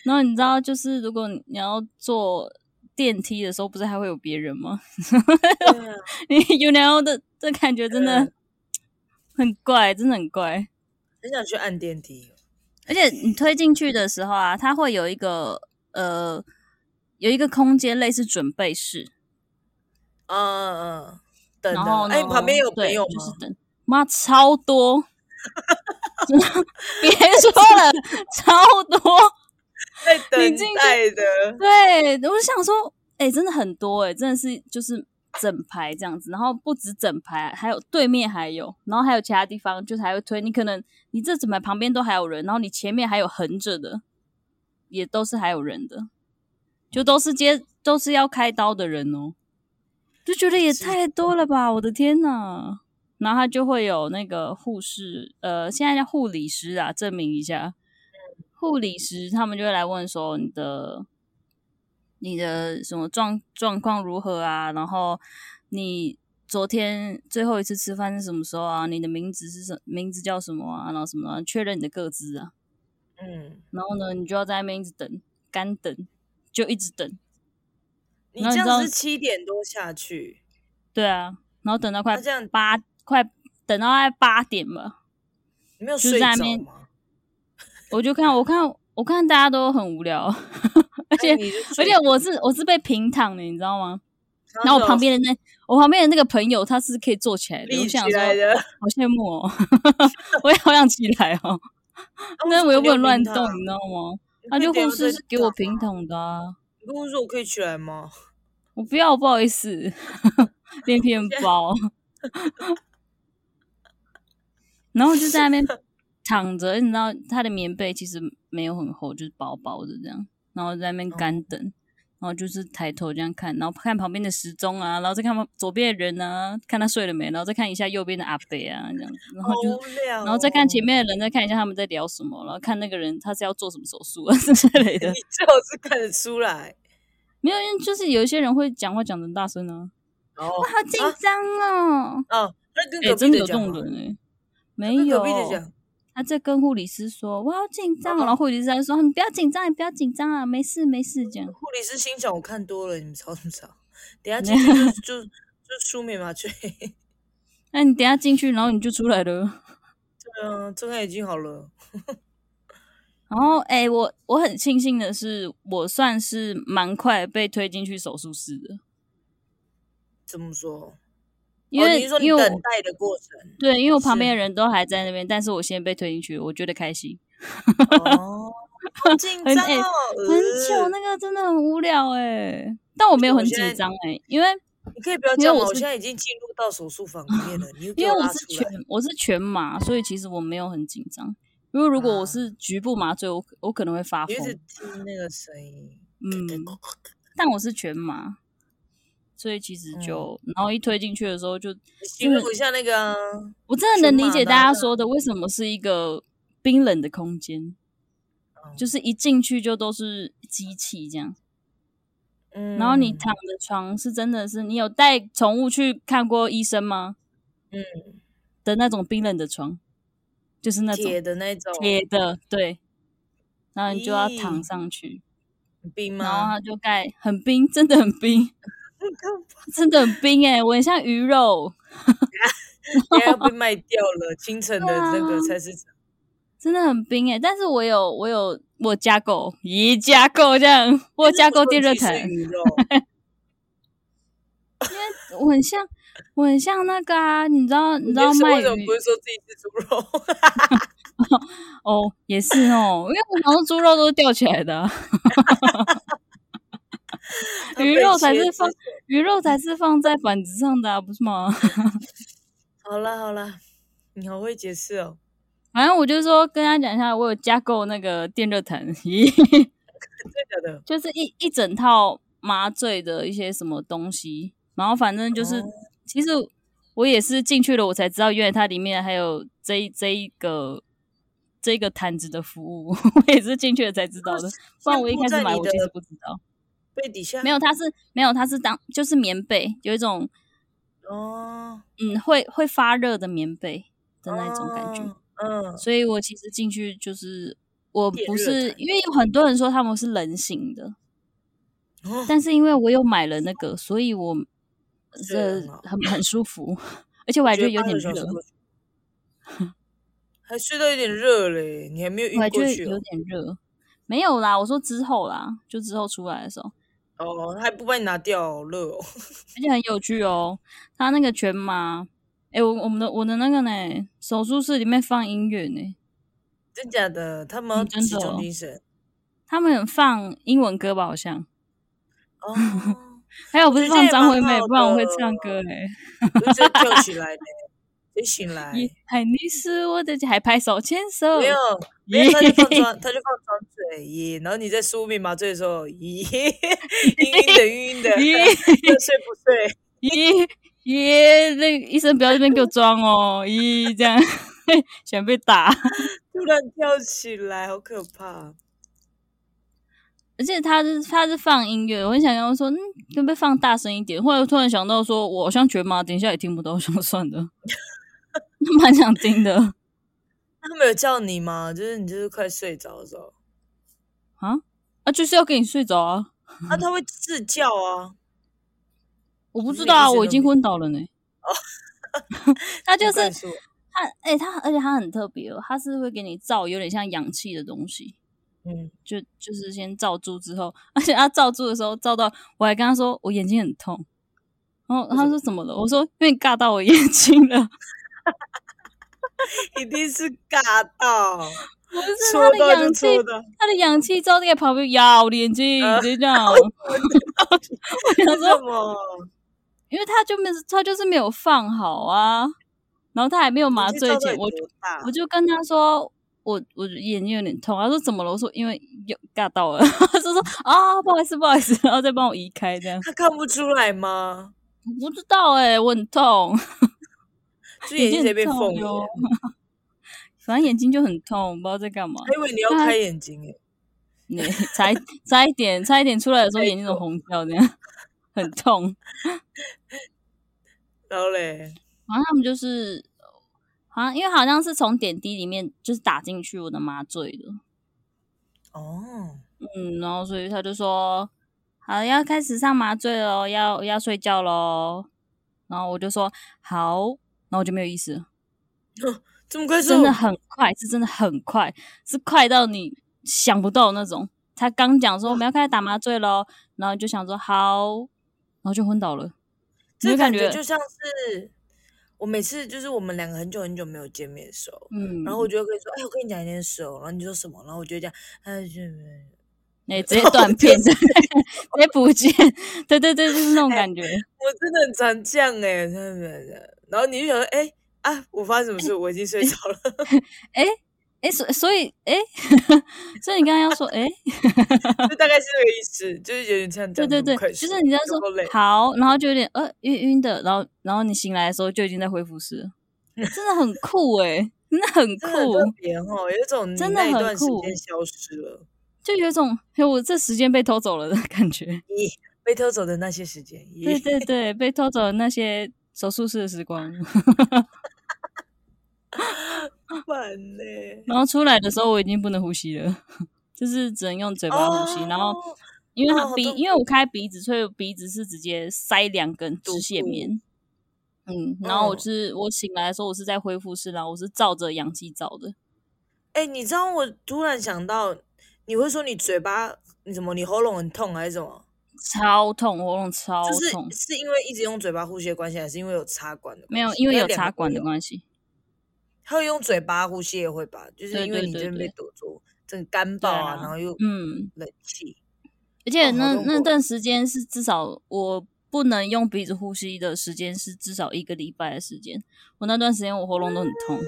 Speaker 1: 然后你知道，就是如果你要坐电梯的时候，不是还会有别人吗？
Speaker 2: 对啊
Speaker 1: 你 you know 的这感觉真的
Speaker 2: 嗯
Speaker 1: [laughs] 很怪，真的很怪。
Speaker 2: 很想去按电梯。
Speaker 1: 而且你推进去的时候啊，它会有一个呃有一个空间类似准备室，
Speaker 2: 嗯嗯嗯，等
Speaker 1: 然
Speaker 2: 等
Speaker 1: 后，呢，
Speaker 2: 哎，旁边有
Speaker 1: 对
Speaker 2: 朋友
Speaker 1: 就是
Speaker 2: 吗？
Speaker 1: 等妈超多， [laughs] 真的别说
Speaker 2: [laughs]
Speaker 1: 了，超多。
Speaker 2: 在
Speaker 1: 你
Speaker 2: 等
Speaker 1: 进去
Speaker 2: 待的，
Speaker 1: 对，我就想说，哎、真的很多哎、真的是就是整排这样子，然后不止整排，还有对面还有，然后还有其他地方就是还会推，你可能你这整排旁边都还有人，然后你前面还有横着的，也都是还有人的，就都是接都是要开刀的人哦，就觉得也
Speaker 2: 是
Speaker 1: 太多了吧，我的天呐！然后他就会有那个护士，呃，现在叫护理师啊，证明一下，护理师他们就会来问说你的你的什么状状况如何啊，然后你昨天最后一次吃饭是什么时候啊？你的名字是什名字叫什么啊？然后什么、啊、确认你的个资啊，
Speaker 2: 嗯，
Speaker 1: 然后呢，你就要在那边一直等，干等，就一直等，
Speaker 2: 你
Speaker 1: 然后
Speaker 2: 这
Speaker 1: 你知道
Speaker 2: 样是七点多下去，
Speaker 1: 对啊，然后等到快
Speaker 2: 那这样
Speaker 1: 八快等到快八点吧，
Speaker 2: 你没有
Speaker 1: 就
Speaker 2: 睡
Speaker 1: 在那
Speaker 2: 着
Speaker 1: 边
Speaker 2: 吗？
Speaker 1: 我就看，我看，我看大家都很无聊，而且
Speaker 2: 哎你就
Speaker 1: 而
Speaker 2: 睡
Speaker 1: 且我是我是被平躺的，你知道吗？
Speaker 2: 着
Speaker 1: 然后我旁边的那我旁边的那个朋友，他是可以坐起来的，我
Speaker 2: 立
Speaker 1: 想
Speaker 2: 起
Speaker 1: 说
Speaker 2: 来的，
Speaker 1: 好羡慕哦， [laughs] 我也好想起来 [laughs] 哦，但是我又不能乱动，你知道吗？啊他
Speaker 2: 那
Speaker 1: 就护士是给我平躺的、啊，
Speaker 2: 你跟我说我可以起来吗？
Speaker 1: 我不要，不好意思， [laughs] 脸皮很薄。 [laughs] 然后就在那 [laughs] 边躺着，你知道他的棉被其实没有很厚，就是薄薄的这样，然后在那边干等，然后就是抬头这样看，然后看旁边的时钟啊，然后再看旁左边的人啊，看他睡了没，然后再看一下右边的阿伯啊这样子，然后
Speaker 2: 好
Speaker 1: 就
Speaker 2: 无聊哦，
Speaker 1: 然后再看前面的人，再看一下他们在聊什么，然后看那个人他是要做什么手术啊 [laughs] 之类的
Speaker 2: 你。最好是看得出来。
Speaker 1: 没有，因为就是有一些人会讲话讲的大声啊，
Speaker 2: 哦，
Speaker 1: 哇，好紧张哦！
Speaker 2: 哦，那跟
Speaker 1: 哎、
Speaker 2: 隔
Speaker 1: 真
Speaker 2: 壁
Speaker 1: 的有
Speaker 2: 的
Speaker 1: 这
Speaker 2: 讲
Speaker 1: 种
Speaker 2: 吗，
Speaker 1: 人哎、没
Speaker 2: 跟
Speaker 1: 有
Speaker 2: 隔壁的讲，
Speaker 1: 他在跟护理师说我好紧张哦，
Speaker 2: 哦
Speaker 1: 然后护理师在说你不要紧张，你不要紧张啊，没事没事这样。
Speaker 2: 护理师心想我看多了，你们吵什么吵？等一下进去
Speaker 1: [laughs]
Speaker 2: 就就就舒眠麻醉， [laughs] 对
Speaker 1: 那你等一下进去，然后你就出来了。
Speaker 2: 啊，睁开眼睛好了，
Speaker 1: 然后哎、我我很庆幸的是，我算是蛮快被推进去手术室的，
Speaker 2: 怎么说？
Speaker 1: 因
Speaker 2: 哦、你
Speaker 1: 为、
Speaker 2: 是说你
Speaker 1: 因为
Speaker 2: 等
Speaker 1: 我
Speaker 2: 待的过程
Speaker 1: 对，因为我
Speaker 2: 是
Speaker 1: 旁边的人都还在那边，但是我先被推进去，我觉得开心。
Speaker 2: 哦，好
Speaker 1: [laughs]
Speaker 2: 紧
Speaker 1: 很
Speaker 2: 张
Speaker 1: 哎
Speaker 2: 哦，
Speaker 1: 很久
Speaker 2: 呃
Speaker 1: 那个真的很无聊哎、但我没有
Speaker 2: 我
Speaker 1: 很
Speaker 2: 现
Speaker 1: 紧
Speaker 2: 在
Speaker 1: 张哎，因为
Speaker 2: 你可以不要
Speaker 1: 因为
Speaker 2: 这样
Speaker 1: 我
Speaker 2: 吗？我
Speaker 1: 是
Speaker 2: 现在已经进入到手术房里面了，你又给
Speaker 1: 因为
Speaker 2: 拉
Speaker 1: 我是
Speaker 2: 出
Speaker 1: 全
Speaker 2: 来。
Speaker 1: 我是全麻，所以其实我没有很紧张。因为如果
Speaker 2: 啊
Speaker 1: 我是局部麻醉，我可我可能会发
Speaker 2: 你
Speaker 1: 疯
Speaker 2: 一。直听那个声音，
Speaker 1: 嗯，但我是全麻，所以其实就、
Speaker 2: 嗯
Speaker 1: 然后一推进去的时候就，
Speaker 2: 形容一下那个啊、
Speaker 1: 我真的能理
Speaker 2: 全
Speaker 1: 解
Speaker 2: 麻
Speaker 1: 大
Speaker 2: 麻
Speaker 1: 家
Speaker 2: 的
Speaker 1: 说的为什么是一个冰冷的空间，
Speaker 2: 哦
Speaker 1: 就是一进去就都是机器这样。
Speaker 2: 嗯，
Speaker 1: 然后你躺的床是真的是你有带宠物去看过医生吗？
Speaker 2: 嗯，
Speaker 1: 的那种冰冷的床，就是那种
Speaker 2: 铁的那种
Speaker 1: 铁的，对。然后你就要躺
Speaker 2: 咦
Speaker 1: 上去，
Speaker 2: 冰
Speaker 1: 然后
Speaker 2: 吗？
Speaker 1: 它就盖很冰，真的很
Speaker 2: [laughs]
Speaker 1: 冰，真的很冰哎、我很像鱼肉，
Speaker 2: 应该
Speaker 1: [laughs]
Speaker 2: 要被卖掉了，清晨的那
Speaker 1: 啊
Speaker 2: 个菜市场，
Speaker 1: 真的很冰哎、但是我有我有我加购，咦加购这样，我加购电热
Speaker 2: 其实
Speaker 1: 毯，
Speaker 2: 鱼肉，
Speaker 1: 我很像我很像那个啊，你知道你知道
Speaker 2: 就是
Speaker 1: 卖
Speaker 2: 为什么
Speaker 1: 鱼
Speaker 2: 不是说自己是猪肉？啊 [laughs]
Speaker 1: 哦，也是哦，因为我想说猪肉都是吊起来的啊、鱼肉才是放
Speaker 2: 被切之前
Speaker 1: 鱼肉才是放在板子上的、啊，不是吗？
Speaker 2: 好啦好啦，你好会解释哦，
Speaker 1: 反正我就说跟他讲一下，我有加购那个电热毯，咦， [laughs]
Speaker 2: 真的假的？
Speaker 1: 就是一一整套麻醉的一些什么东西，然后反正就是，
Speaker 2: 哦
Speaker 1: 其实我也是进去了，我才知道原来它里面还有这一这一个这一个毯子的服务， [laughs] 我也是进去了才知道的，不然我一开始买我其实不知道，
Speaker 2: 背底下
Speaker 1: 没有，它是没有，它是当就是棉被，有一种
Speaker 2: 哦
Speaker 1: 嗯会会发热的棉被的那一种感觉。
Speaker 2: 哦嗯，
Speaker 1: 所以我其实进去就是我
Speaker 2: 电
Speaker 1: 不
Speaker 2: 热
Speaker 1: 是
Speaker 2: 毯
Speaker 1: 因为有很多人说他们是人形的，
Speaker 2: 哦
Speaker 1: 但是因为我有买了那个，所以我
Speaker 2: 是啊
Speaker 1: 这
Speaker 2: 很好
Speaker 1: 很很舒服，而且我还觉得有点
Speaker 2: 觉得八
Speaker 1: 热
Speaker 2: 个小时，过去， [laughs] 还睡到有点热嘞，你还没有
Speaker 1: 我还
Speaker 2: 晕
Speaker 1: 觉
Speaker 2: 过
Speaker 1: 得
Speaker 2: 去
Speaker 1: 有
Speaker 2: 哦。
Speaker 1: 点热。没有啦，我说之后啦，就之后出来的时候，
Speaker 2: 哦，还不把你拿掉，好热哦。 [laughs]
Speaker 1: 而且很有趣哦。他那个全麻，哎、我我们的我的那个呢，手术室里面放音乐呢，
Speaker 2: 真假的？他们要
Speaker 1: 嗯真的
Speaker 2: 集中
Speaker 1: 哦
Speaker 2: 精神
Speaker 1: 他们有放英文歌吧，好像，
Speaker 2: 哦，
Speaker 1: 还有不是
Speaker 2: 觉得
Speaker 1: 放
Speaker 2: 这也
Speaker 1: 张
Speaker 2: 蛮
Speaker 1: 惠妹
Speaker 2: 好，
Speaker 1: 不然我会
Speaker 2: 的
Speaker 1: 唱歌欸嘞。
Speaker 2: 我就觉得跳起
Speaker 1: [laughs]
Speaker 2: 来嘞，就醒来。
Speaker 1: 你海尼斯，我的还拍手牵手，
Speaker 2: 没有，没有，
Speaker 1: 耶
Speaker 2: 他就放装，他就放装嘴耶。然后你在输密麻醉的时候，咦，晕晕的，晕晕的， [laughs]
Speaker 1: 咦
Speaker 2: 这睡不睡？
Speaker 1: 咦咦，那个医生不要这边给我装哦，咦，这样 [laughs] 想被打。
Speaker 2: 突然跳起来，好可怕！
Speaker 1: 而且他是他是放音乐，我很想跟他说，嗯，可不可以放大声一点？后来我突然想到说，我好像觉得嘛，等一下也听不到，我想算 [laughs] 了，蛮想听的
Speaker 2: 他们有叫你吗？就是你就是快睡着的时候，
Speaker 1: 啊啊，就是要跟你睡着啊，[laughs]
Speaker 2: 啊，他会自叫啊，
Speaker 1: 我不知道啊，
Speaker 2: 那个医生都
Speaker 1: 我已经昏倒了呢。 [laughs] 他就
Speaker 2: 我
Speaker 1: 是
Speaker 2: 跟你说
Speaker 1: 他，哎、他而且他很特别哦，他是会给你照有点像氧气的东西。
Speaker 2: 嗯，
Speaker 1: 就就是先罩住之后，而且他罩住的时候罩到，我还跟他说我眼睛很痛，然后他说怎么了？我说因为你尬到我眼睛
Speaker 2: [laughs]
Speaker 1: 了，
Speaker 2: [laughs] 一定是尬到，
Speaker 1: 不是
Speaker 2: 戳
Speaker 1: 他的
Speaker 2: 到就
Speaker 1: 氧气，
Speaker 2: 戳到，
Speaker 1: 他的氧气罩在旁边咬我的眼睛，
Speaker 2: 呃
Speaker 1: 就这样。我 [laughs]
Speaker 2: 为
Speaker 1: 想
Speaker 2: 什
Speaker 1: 说，
Speaker 2: 么？
Speaker 1: 因为他就没有他就是没有放好啊，然后他还没有麻醉
Speaker 2: 你知道
Speaker 1: 前，
Speaker 2: 到
Speaker 1: 我
Speaker 2: 底多大
Speaker 1: 我就跟他说。我我眼睛有点痛，他说怎么了？我说因为有尬到了， [laughs] 他就说啊不好意思不好意思，然后再帮我移开这样。
Speaker 2: 他看不出来吗？
Speaker 1: 我不知道哎、我很痛。
Speaker 2: 就眼睛直接被缝
Speaker 1: 眼睛很
Speaker 2: 眼，
Speaker 1: 痛哟反正眼睛就很痛，不知道在干嘛。
Speaker 2: 还以为你要开眼睛耶。
Speaker 1: 你差一差一点，差一点出来的时候眼睛都红掉，这样很痛。
Speaker 2: 然后嘞，
Speaker 1: 然后他们就是，好像因为好像是从点滴里面就是打进去我的麻醉的，
Speaker 2: 哦，
Speaker 1: 嗯，然后所以他就说，好要开始上麻醉喽，要要睡觉喽。然后我就说好，然后我就没有意思了。
Speaker 2: 这么快速，
Speaker 1: 真的很快，是真的很快，是快到你想不到那种。他刚讲说我们要开始打麻醉喽，然后你就想说好，然后就昏倒了。你
Speaker 2: 这
Speaker 1: 就
Speaker 2: 感
Speaker 1: 感
Speaker 2: 觉
Speaker 1: 觉
Speaker 2: 就像是我每次就是我们两个很久很久没有见面的时候，
Speaker 1: 嗯，
Speaker 2: 然后我就会跟你说，哎，我跟你讲一件事哦，然后你就说什么，然后我就会这样，哎，是
Speaker 1: 哎、直接断片， [laughs] 哎直接不见，对对对，就是那种感觉。
Speaker 2: 我真的很常这样哎，真的然后你就想说，哎啊，我发生什么事？我已经睡着了，
Speaker 1: 哎、哎、哎、所所以哎， [laughs] 所以你刚刚要说哎，
Speaker 2: 就大概是这个意思，就是有点像
Speaker 1: 对
Speaker 2: 讲
Speaker 1: 对
Speaker 2: 什么
Speaker 1: 对，
Speaker 2: 快
Speaker 1: 就
Speaker 2: 速
Speaker 1: 是你在
Speaker 2: 然后累
Speaker 1: 说好，然后就有点呃晕晕的，然后然后你醒来的时候就已经在恢复室
Speaker 2: [laughs]
Speaker 1: 了，真的很酷哎、真的很
Speaker 2: 真的很
Speaker 1: 酷，
Speaker 2: 特别哦，有一种你
Speaker 1: 真的
Speaker 2: 那一
Speaker 1: 很
Speaker 2: 段时
Speaker 1: 酷
Speaker 2: 间消失了，
Speaker 1: 就有一种哎我这时间被偷走了的感觉。
Speaker 2: 被偷走的那些时间，
Speaker 1: [laughs]
Speaker 2: 也
Speaker 1: 对对对，被偷走的那些手术室的时光， [laughs]
Speaker 2: 烦呢、
Speaker 1: 然后出来的时候我已经不能呼吸了，就是只能用嘴巴呼吸，然后
Speaker 2: 哦
Speaker 1: 因为
Speaker 2: 哦
Speaker 1: 他
Speaker 2: 好
Speaker 1: 鼻，
Speaker 2: 痛苦
Speaker 1: 因为我开鼻子，所以鼻子是直接塞两根支线棉。嗯，然后我
Speaker 2: 嗯
Speaker 1: 是、我醒来的时候，我是在恢复室，然后我是照着氧气照的。
Speaker 2: 哎、你知道我突然想到，你会说你嘴巴你怎么你喉咙很痛还是什么？
Speaker 1: 超痛，喉咙超
Speaker 2: 就是
Speaker 1: 痛，
Speaker 2: 是因为一直用嘴巴呼吸的关系，还是因为有插管的关系？
Speaker 1: 没有因为有
Speaker 2: 两个
Speaker 1: 插
Speaker 2: 都
Speaker 1: 管的
Speaker 2: 有
Speaker 1: 关系，
Speaker 2: 他会用嘴巴呼吸也会吧，就是
Speaker 1: 对
Speaker 2: 因为
Speaker 1: 对
Speaker 2: 你
Speaker 1: 对
Speaker 2: 这边
Speaker 1: 对
Speaker 2: 被躲住，这个干爆啊，
Speaker 1: 对啊
Speaker 2: 然后又
Speaker 1: 嗯，
Speaker 2: 冷气，
Speaker 1: 而且
Speaker 2: 哦好
Speaker 1: 那、
Speaker 2: 痛苦
Speaker 1: 那段时间是至少我不能用鼻子呼吸的时间是至少一个礼拜的时间，我那段时间我喉咙都很痛，
Speaker 2: 嗯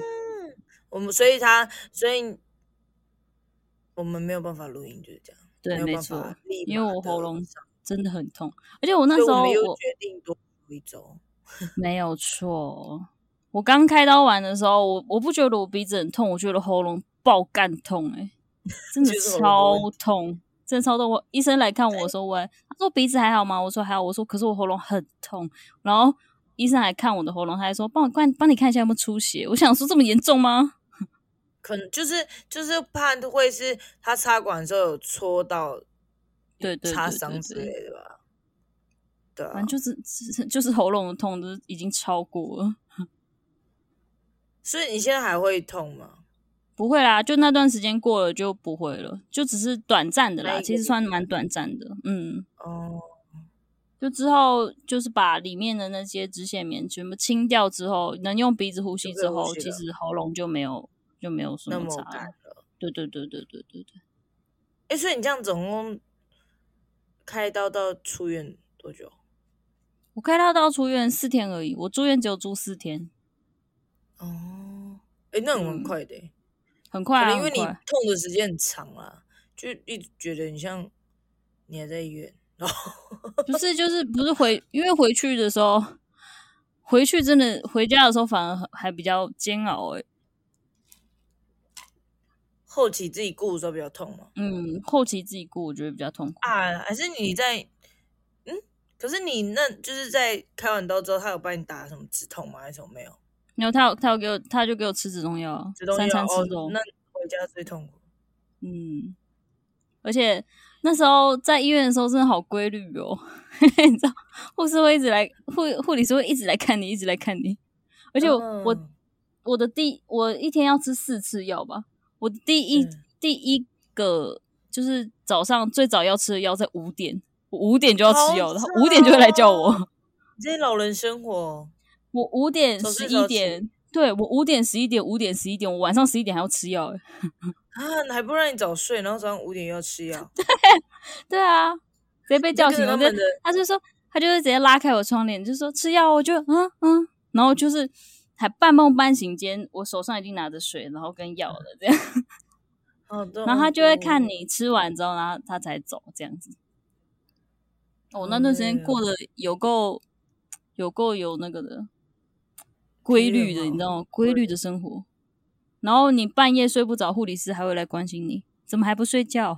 Speaker 2: 我们所以他所以我们没有办法录音，就是这样，
Speaker 1: 对，
Speaker 2: 没
Speaker 1: 没
Speaker 2: 有办
Speaker 1: 错
Speaker 2: 法，，立
Speaker 1: 因为
Speaker 2: 马
Speaker 1: 我
Speaker 2: 地
Speaker 1: 喉咙
Speaker 2: 上
Speaker 1: 真的很痛，而且我那
Speaker 2: 所以
Speaker 1: 时候
Speaker 2: 我们又
Speaker 1: 我
Speaker 2: 决定多录一周，
Speaker 1: 没有错。我刚开刀完的时候，我我不觉得我鼻子很痛，我觉得喉咙爆干痛、欸，真的
Speaker 2: 就是喉咙的
Speaker 1: 超痛，真的超痛。我医生来看我的时候，我还他说鼻子还好吗？我说还好。我说可是我喉咙很痛，然后医生来看我的喉咙，他还说帮我看帮你看一下有没有出血。我想说这么严重吗？
Speaker 2: 可能就是就是怕会是他插管的时候有戳到
Speaker 1: 对对
Speaker 2: 擦
Speaker 1: 对对
Speaker 2: 伤
Speaker 1: 对
Speaker 2: 之类的吧，对啊
Speaker 1: 反正，就是就是就是喉咙的痛，就是已经超过了。
Speaker 2: 所以你现在还会痛吗？
Speaker 1: 不会啦，就那段时间过了就不会了，就只是短暂的
Speaker 2: 那
Speaker 1: 啦，
Speaker 2: 一个
Speaker 1: 其实
Speaker 2: 礼
Speaker 1: 算蛮短暂的，嗯。
Speaker 2: 哦，
Speaker 1: 就之后就是把里面的那些支线棉全部清掉之后，能用鼻子呼吸之后，
Speaker 2: 就可以呼吸
Speaker 1: 其
Speaker 2: 了
Speaker 1: 实喉咙就没有就没有什
Speaker 2: 那
Speaker 1: 么
Speaker 2: 么
Speaker 1: 差啊
Speaker 2: 干
Speaker 1: 了。对对对对对对对，
Speaker 2: 哎、所以你这样总共开刀到出院多久？
Speaker 1: 我开刀到出院四天而已，我住院只有住四天，
Speaker 2: 哦，哎、那很
Speaker 1: 嗯
Speaker 2: 快的、欸，
Speaker 1: 很快、
Speaker 2: 可
Speaker 1: 啊，
Speaker 2: 能因为
Speaker 1: 很
Speaker 2: 你
Speaker 1: 快。
Speaker 2: 痛的时间很长啦，就一直觉得你像你还在医院，然后
Speaker 1: 不是就是不是回，因为回去的时候，回去真的回家的时候反而很还比较煎熬欸诶、
Speaker 2: 后期自己顾的时候比较痛嘛。
Speaker 1: 嗯，后期自己顾我觉得比较痛苦。
Speaker 2: 啊，还是你在，嗯，可是你那就是在开完刀之后，他有帮你打什么止痛吗？还是什么没有？
Speaker 1: 然后他有他有给我他就给我吃止痛药啊，
Speaker 2: 止痛
Speaker 1: 三
Speaker 2: 药
Speaker 1: 餐吃
Speaker 2: 哦
Speaker 1: 止痛，
Speaker 2: 那回家最痛苦。
Speaker 1: 嗯，而且那时候在医院的时候真的好规律哦， [laughs] 你知道，护士会一直来，护护理师会一直来看你，一直来看你。而且我、我
Speaker 2: 嗯
Speaker 1: 我的第我一天要吃四次药吧，我第一、
Speaker 2: 嗯
Speaker 1: 第一个就是早上最早要吃的药在五点，我五点就要
Speaker 2: 好
Speaker 1: 吃药了，他
Speaker 2: 早
Speaker 1: 五点就会来叫我。
Speaker 2: 你这些老人生活，
Speaker 1: 我五点
Speaker 2: 早
Speaker 1: 十
Speaker 2: 睡
Speaker 1: 一
Speaker 2: 早
Speaker 1: 点，对我五点十一点，五点十一点，我晚上十一点还要吃药、欸。
Speaker 2: 啊，还不让你早睡，然后早上五点又要吃
Speaker 1: [laughs]
Speaker 2: 药，
Speaker 1: 对啊，直接被
Speaker 2: 你
Speaker 1: 叫
Speaker 2: 就
Speaker 1: 醒，
Speaker 2: 跟
Speaker 1: 我
Speaker 2: 他
Speaker 1: 就
Speaker 2: 们的
Speaker 1: 他就说，他就会直接拉开我窗帘，就说吃药哦，我就嗯嗯，然后就是还半梦半醒间，我手上已经拿着水，然后跟药了这样，
Speaker 2: 好哦痛
Speaker 1: 然后他就会
Speaker 2: 苦
Speaker 1: 看，你吃完之后，然后他才走这样子。我、那段时
Speaker 2: 哦
Speaker 1: 间过得有够有够有那个的规律的，
Speaker 2: 哦
Speaker 1: 你知道吗？规律的生活。然后你半夜睡不着，护理师还会来关心你，怎么还不睡觉？ [laughs]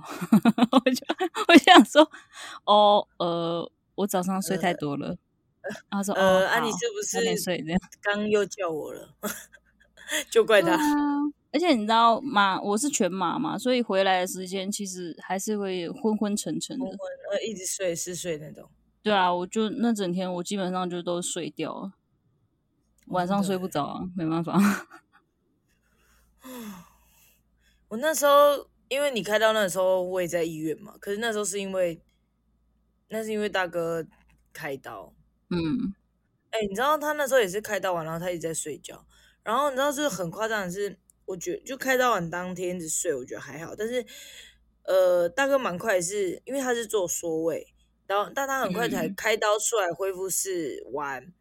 Speaker 1: 我就我就想说，哦，呃，我早上睡太多了。然后说，
Speaker 2: 呃，
Speaker 1: 哦，
Speaker 2: 啊，你
Speaker 1: 好
Speaker 2: 是不
Speaker 1: 早点
Speaker 2: 是
Speaker 1: 睡这样？
Speaker 2: 刚又叫我了？ [laughs] 就怪
Speaker 1: [laughs] 对
Speaker 2: 他，
Speaker 1: 啊。而且你知道吗？我是全麻嘛，所以回来的时间其实还是会昏昏沉沉的。
Speaker 2: 呃，一直睡是睡那种，
Speaker 1: 对啊，我就那整天我基本上就都睡掉了，晚上睡不着啊，没办法。
Speaker 2: 我那时候因为你开刀那时候我也在医院嘛，可是那时候是因为那是因为大哥开刀， [laughs]
Speaker 1: 嗯，
Speaker 2: 哎、你知道他那时候也是开刀完，然后他一直在睡觉，然后你知道就是很夸张的是，我觉就开刀完当天一直睡，我觉得还好，但是呃大哥蛮快是，因为他是做缩位，然后但他很快才
Speaker 1: 嗯
Speaker 2: 开刀出来恢复室玩，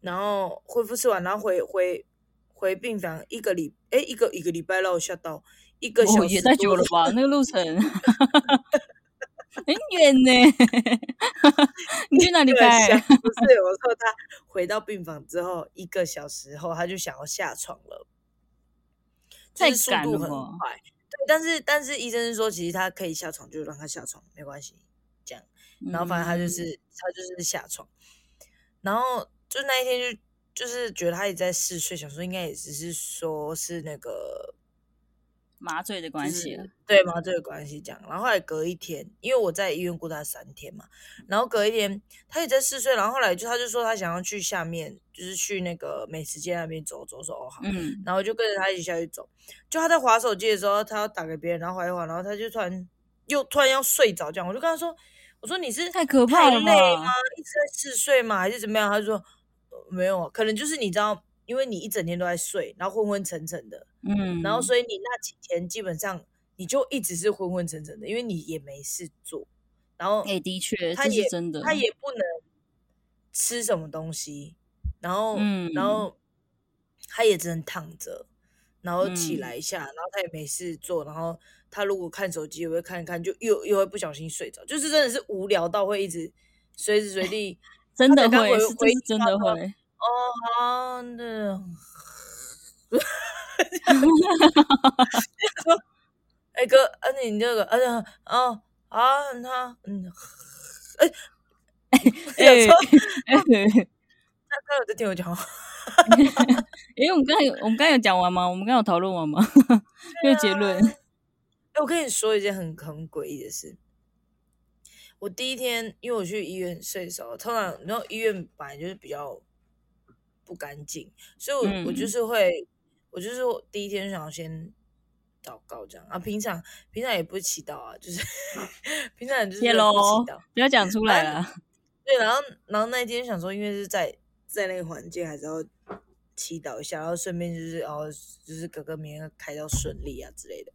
Speaker 2: 然后恢复室完，然后回回回病房一个礼，哎，一个一个礼拜让我吓到一个小
Speaker 1: 哦，
Speaker 2: 时，
Speaker 1: 也太久了？吧？那个路程 [laughs] 很远呢、 [laughs] 你去哪里
Speaker 2: 对，
Speaker 1: 拍
Speaker 2: 吓？不是，我说他回到病房之后一个小时后，他就想要下床了，就
Speaker 1: 太
Speaker 2: 是速
Speaker 1: 赶
Speaker 2: 度
Speaker 1: 了
Speaker 2: 很
Speaker 1: 吧
Speaker 2: 快。对，但是但是医生是说，其实他可以下床，就让他下床，没关系。然后反正他就
Speaker 1: 嗯
Speaker 2: 是、他就是下床，然后就那一天就就是觉得他也在嗜睡，想说应该也只是说是那个
Speaker 1: 麻醉的关系
Speaker 2: 就
Speaker 1: 啊
Speaker 2: 是，对麻醉的关系这样。然后后来隔一天，因为我在医院顾他三天嘛，然后隔一天他也在嗜睡，然后后来就他就说他想要去下面，就是去那个美食街那边走走，说哦好，
Speaker 1: 嗯，
Speaker 2: 然后我就跟着他一起下去走。就他在划手机的时候，他要打给别人，然后划一划，然后他就突然又突然要睡着，这样我就跟他说：“我说你是
Speaker 1: 太可怕
Speaker 2: 太
Speaker 1: 了
Speaker 2: 累吗
Speaker 1: 吧？？
Speaker 2: 一直在嗜睡吗？还是怎么样？”他就说：“呃没有啊，可能就是你知道，因为你一整天都在睡，然后昏昏沉沉的，
Speaker 1: 嗯，
Speaker 2: 然后所以你那几天基本上你就一直是昏昏沉沉的，因为你也没事做，然后
Speaker 1: 哎、的确，
Speaker 2: 他
Speaker 1: 这是
Speaker 2: 也
Speaker 1: 真的，
Speaker 2: 他也不能吃什么东西，然后、
Speaker 1: 嗯
Speaker 2: 然后他也只能躺着，然后起
Speaker 1: 嗯
Speaker 2: 来一下，然后他也没事做，然后他如果看手机也会看一看，就又又会不小心睡着，就是真的是无聊到会一直
Speaker 1: [laughs]
Speaker 2: 随时随地
Speaker 1: 真
Speaker 2: 他
Speaker 1: 的
Speaker 2: 才刚
Speaker 1: 会，
Speaker 2: 回
Speaker 1: 是这
Speaker 2: 回
Speaker 1: 是真
Speaker 2: 家
Speaker 1: 的
Speaker 2: 说 [laughs]
Speaker 1: 会，
Speaker 2: 哦好的，哎哥，啊你这个，啊啊哦啊他嗯，哎
Speaker 1: 哎
Speaker 2: 有时候
Speaker 1: 哎 [laughs]
Speaker 2: 他刚有在听我讲话。
Speaker 1: 因为我们刚才有我们刚才有讲完吗？我们刚才有讨论完吗？ [laughs] 没有结论。
Speaker 2: 哎，我跟你说一件很很诡异的事。我第一天，因为我去医院睡的时候，通常然后医院本来就是比较不干净，所以我、我就
Speaker 1: 嗯
Speaker 2: 是会，我就是第一天想要先祷告这样啊。平常平常也不祈祷啊，就是 [laughs] 平常就是
Speaker 1: 谢
Speaker 2: 也不
Speaker 1: 喽
Speaker 2: 祈祷。，
Speaker 1: 不要讲出来了。
Speaker 2: 对，然后然后那一天想说，因为是在在那个环境，还是要祈祷一下，然后顺便就是哦，就是哥哥明天开到顺利啊之类的。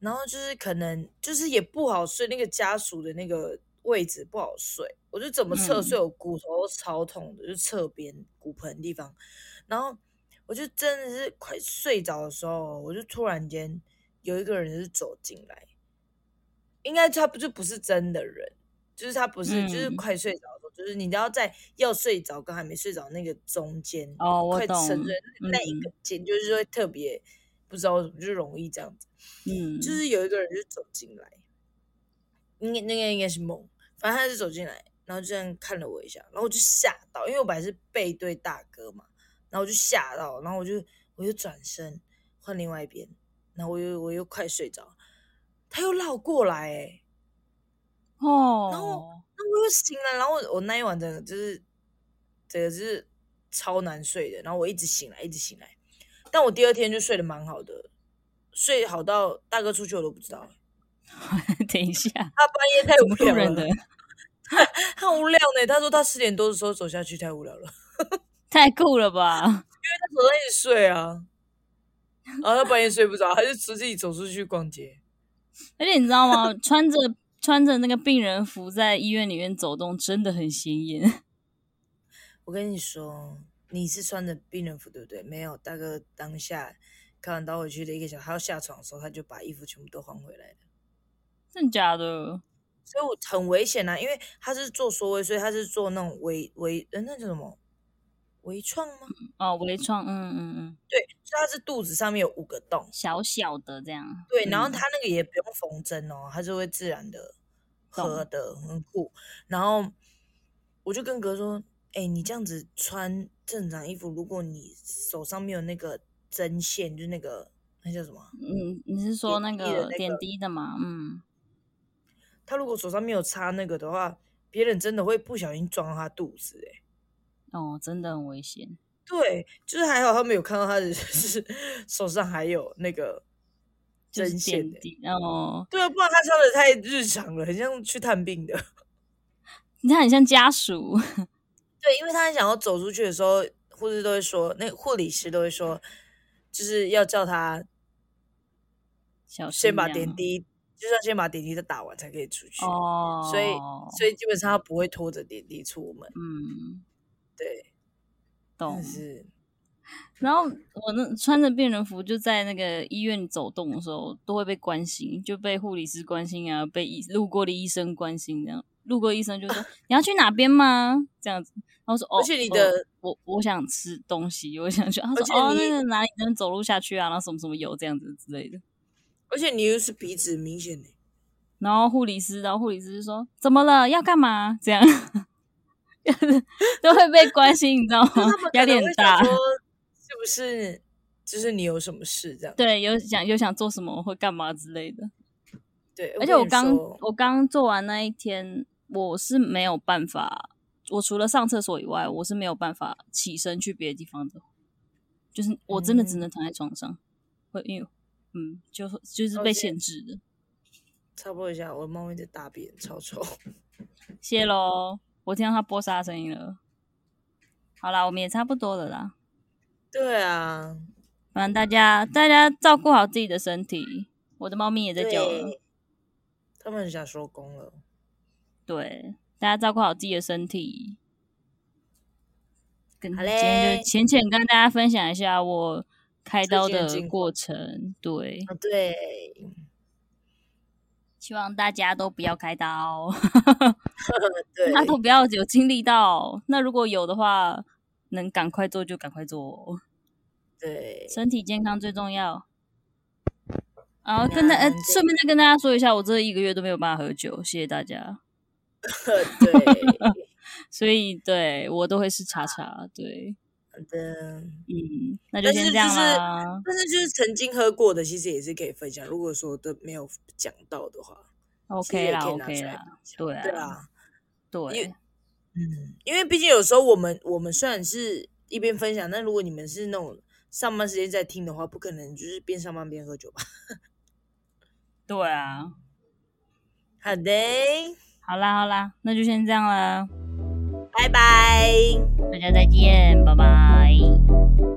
Speaker 2: 然后就是可能就是也不好睡，那个家属的那个位置不好睡，我就怎么侧睡，我骨头都超痛的，就侧边骨盆地方。然后我就真的是快睡着的时候，我就突然间有一个人就走进来，应该他不就不是真的人，就是他不是，就是
Speaker 1: 嗯
Speaker 2: 快睡着的时候，就是你要在要睡着跟还没睡着那个中间，
Speaker 1: 哦，我
Speaker 2: 快
Speaker 1: 懂，
Speaker 2: 沉睡那那一
Speaker 1: 嗯
Speaker 2: 个间，就是会特别不知道为什么就容易这样子，
Speaker 1: 嗯，
Speaker 2: 就是有一个人就走进来，应该那个应该是梦，反正他就走进来，然后就这样看了我一下，然后我就吓到，因为我本来是背对大哥嘛，然后我就吓到，然后我就我就转身换另外一边，然后我又我又快睡着，他又绕过来、欸，
Speaker 1: 哦，
Speaker 2: 那我又醒啊了，然后我我那一晚真的就是，整个就是超难睡的，然后我一直醒来，一直醒来，但我第二天就睡得蛮好的，睡好到大哥出去我都不知道，
Speaker 1: [laughs] 等一下，
Speaker 2: 他半夜 [laughs] 太
Speaker 1: 怎么
Speaker 2: 无
Speaker 1: 突
Speaker 2: 聊
Speaker 1: 然
Speaker 2: 了，
Speaker 1: 的？
Speaker 2: [laughs] 他很无聊呢、他说他十点多的时候走下去太无聊了，因为
Speaker 1: 太酷了吧！ [laughs]
Speaker 2: 他早上一直睡啊，然后他半夜睡不着，他就自己走出去逛街。
Speaker 1: 而且你知道吗？穿着穿着那个病人服在医院里面走动，真的很显眼。
Speaker 2: 我跟你说，你是穿着病人服对不对？没有，大哥当下看完刀回去的一个小时，他要下床的时候，他就把衣服全部都换回来了。
Speaker 1: 真的假的？
Speaker 2: 所以我很危险啊，因为他是做缩微，所以他是做那种微微，呃，那叫什么微创吗？
Speaker 1: 哦，微创，嗯嗯嗯，
Speaker 2: 对，所以他是肚子上面有五个洞，
Speaker 1: 小小的这样。
Speaker 2: 对，然后
Speaker 1: 嗯
Speaker 2: 他那个也不用缝针哦，它就会自然的
Speaker 1: 懂
Speaker 2: 合的，很酷。然后我就跟哥说，哎、你这样子穿正常衣服，如果你手上没有那个针线，就是那个那叫什么啊？
Speaker 1: 嗯，你是说那
Speaker 2: 点滴的
Speaker 1: 个
Speaker 2: 那
Speaker 1: 点
Speaker 2: 个
Speaker 1: 滴的吗？嗯，
Speaker 2: 他如果手上没有插那个的话，别人真的会不小心撞到他肚子、欸，
Speaker 1: 哦，真的很危险。
Speaker 2: 对，就是还好他们有看到他的， [laughs] 就是手上还有那个
Speaker 1: 就是
Speaker 2: 针线
Speaker 1: 点
Speaker 2: 的。
Speaker 1: 滴哦，
Speaker 2: 对啊，不然他穿的太日常了，很像去探病的。
Speaker 1: 你看很像家属， [laughs]
Speaker 2: 对，因为他想要走出去的时候，护士都会说，那护理师都会说，就是要叫他
Speaker 1: 小心
Speaker 2: 先把
Speaker 1: 这样啊
Speaker 2: 点啊滴，就是要先把点滴都打完才可以出去。
Speaker 1: 哦，
Speaker 2: 所以，所以基本上他不会拖着点滴出门。
Speaker 1: 嗯，
Speaker 2: 对，真
Speaker 1: 懂
Speaker 2: 的。是
Speaker 1: 然后我那穿着病人服就在那个医院走动的时候，都会被关心，就被护理师关心啊，被医路过的医生关心，这样路过医生
Speaker 2: [laughs]
Speaker 1: 就说你要去哪边吗？这样子，然后说哦，
Speaker 2: 而且你的
Speaker 1: 我我我想吃东西，我想去，他
Speaker 2: 而且
Speaker 1: 说哦
Speaker 2: 你
Speaker 1: 那个哪里能走路下去啊，然后什么什么有这样子之类的。
Speaker 2: 而且你又是鼻子明显的，
Speaker 1: 然后护理师，然后护理师就说怎么了，要干嘛？这样 [laughs] 都会被关心，你知道
Speaker 2: [laughs]
Speaker 1: 吗
Speaker 2: 他们？
Speaker 1: 压力
Speaker 2: 可能
Speaker 1: 很
Speaker 2: 会
Speaker 1: 大
Speaker 2: 想。 [laughs] 说是不是就是你有什么事这样？
Speaker 1: 对，有想有想做什么或干嘛之类的。
Speaker 2: 对，
Speaker 1: 而且
Speaker 2: 跟
Speaker 1: 我
Speaker 2: 你
Speaker 1: 刚
Speaker 2: 说
Speaker 1: 我刚做完那一天，我是没有办法，我除了上厕所以外，我是没有办法起身去别的地方的，就是我真的只
Speaker 2: 嗯
Speaker 1: 能躺在床上，会因为嗯，就是就是
Speaker 2: 了
Speaker 1: 被
Speaker 2: 解
Speaker 1: 限制的。
Speaker 2: 插播一下，我的猫咪在大便，超臭。 [laughs]
Speaker 1: 谢喽，我听到它播杀的声音了。好啦，我们也差不多了啦。
Speaker 2: 对啊，
Speaker 1: 反正大家大家照顾好自己的身体，我的猫咪也在叫了。
Speaker 2: 对他们很想收工了。
Speaker 1: 对，大家照顾好自己的身体。跟
Speaker 2: 好
Speaker 1: 今天
Speaker 2: 嘞
Speaker 1: 就浅浅跟大家分享一下我开
Speaker 2: 最
Speaker 1: 刀
Speaker 2: 近的
Speaker 1: 的
Speaker 2: 近况
Speaker 1: 过程。对，
Speaker 2: 啊，对，
Speaker 1: 希望大家都不要开刀，[laughs]
Speaker 2: 对，
Speaker 1: 大家都不要有经历到。那如果有的话，能赶快做就赶快做，
Speaker 2: 对，
Speaker 1: [laughs] 身体健康最重要。然后
Speaker 2: 那
Speaker 1: 跟大呃
Speaker 2: 这，
Speaker 1: 顺便再跟大家说一下，我这一个月都没有办法喝酒，谢谢大家。
Speaker 2: 对，
Speaker 1: 所以对我都会是查查，对，
Speaker 2: 好的。
Speaker 1: 嗯，那就
Speaker 2: 但
Speaker 1: 先
Speaker 2: 是
Speaker 1: 这样
Speaker 2: 就是
Speaker 1: 啦。
Speaker 2: 但是就是曾经喝过的，其实也是可以分享。如果说都没有讲到的话其实
Speaker 1: OK
Speaker 2: 也
Speaker 1: 啦
Speaker 2: 可以拿
Speaker 1: ，OK
Speaker 2: 出来
Speaker 1: 啦，对
Speaker 2: 分享对
Speaker 1: 啊，
Speaker 2: 啊，
Speaker 1: 对
Speaker 2: 因，嗯，因为毕竟有时候我们我们虽然是一边分享，但如果你们是那种上班时间在听的话，不可能就是边上班边喝酒吧。
Speaker 1: 对啊。
Speaker 2: 好的，
Speaker 1: 好啦，好啦，那就先这样啦，
Speaker 2: 拜拜。
Speaker 1: 大家再见，拜拜。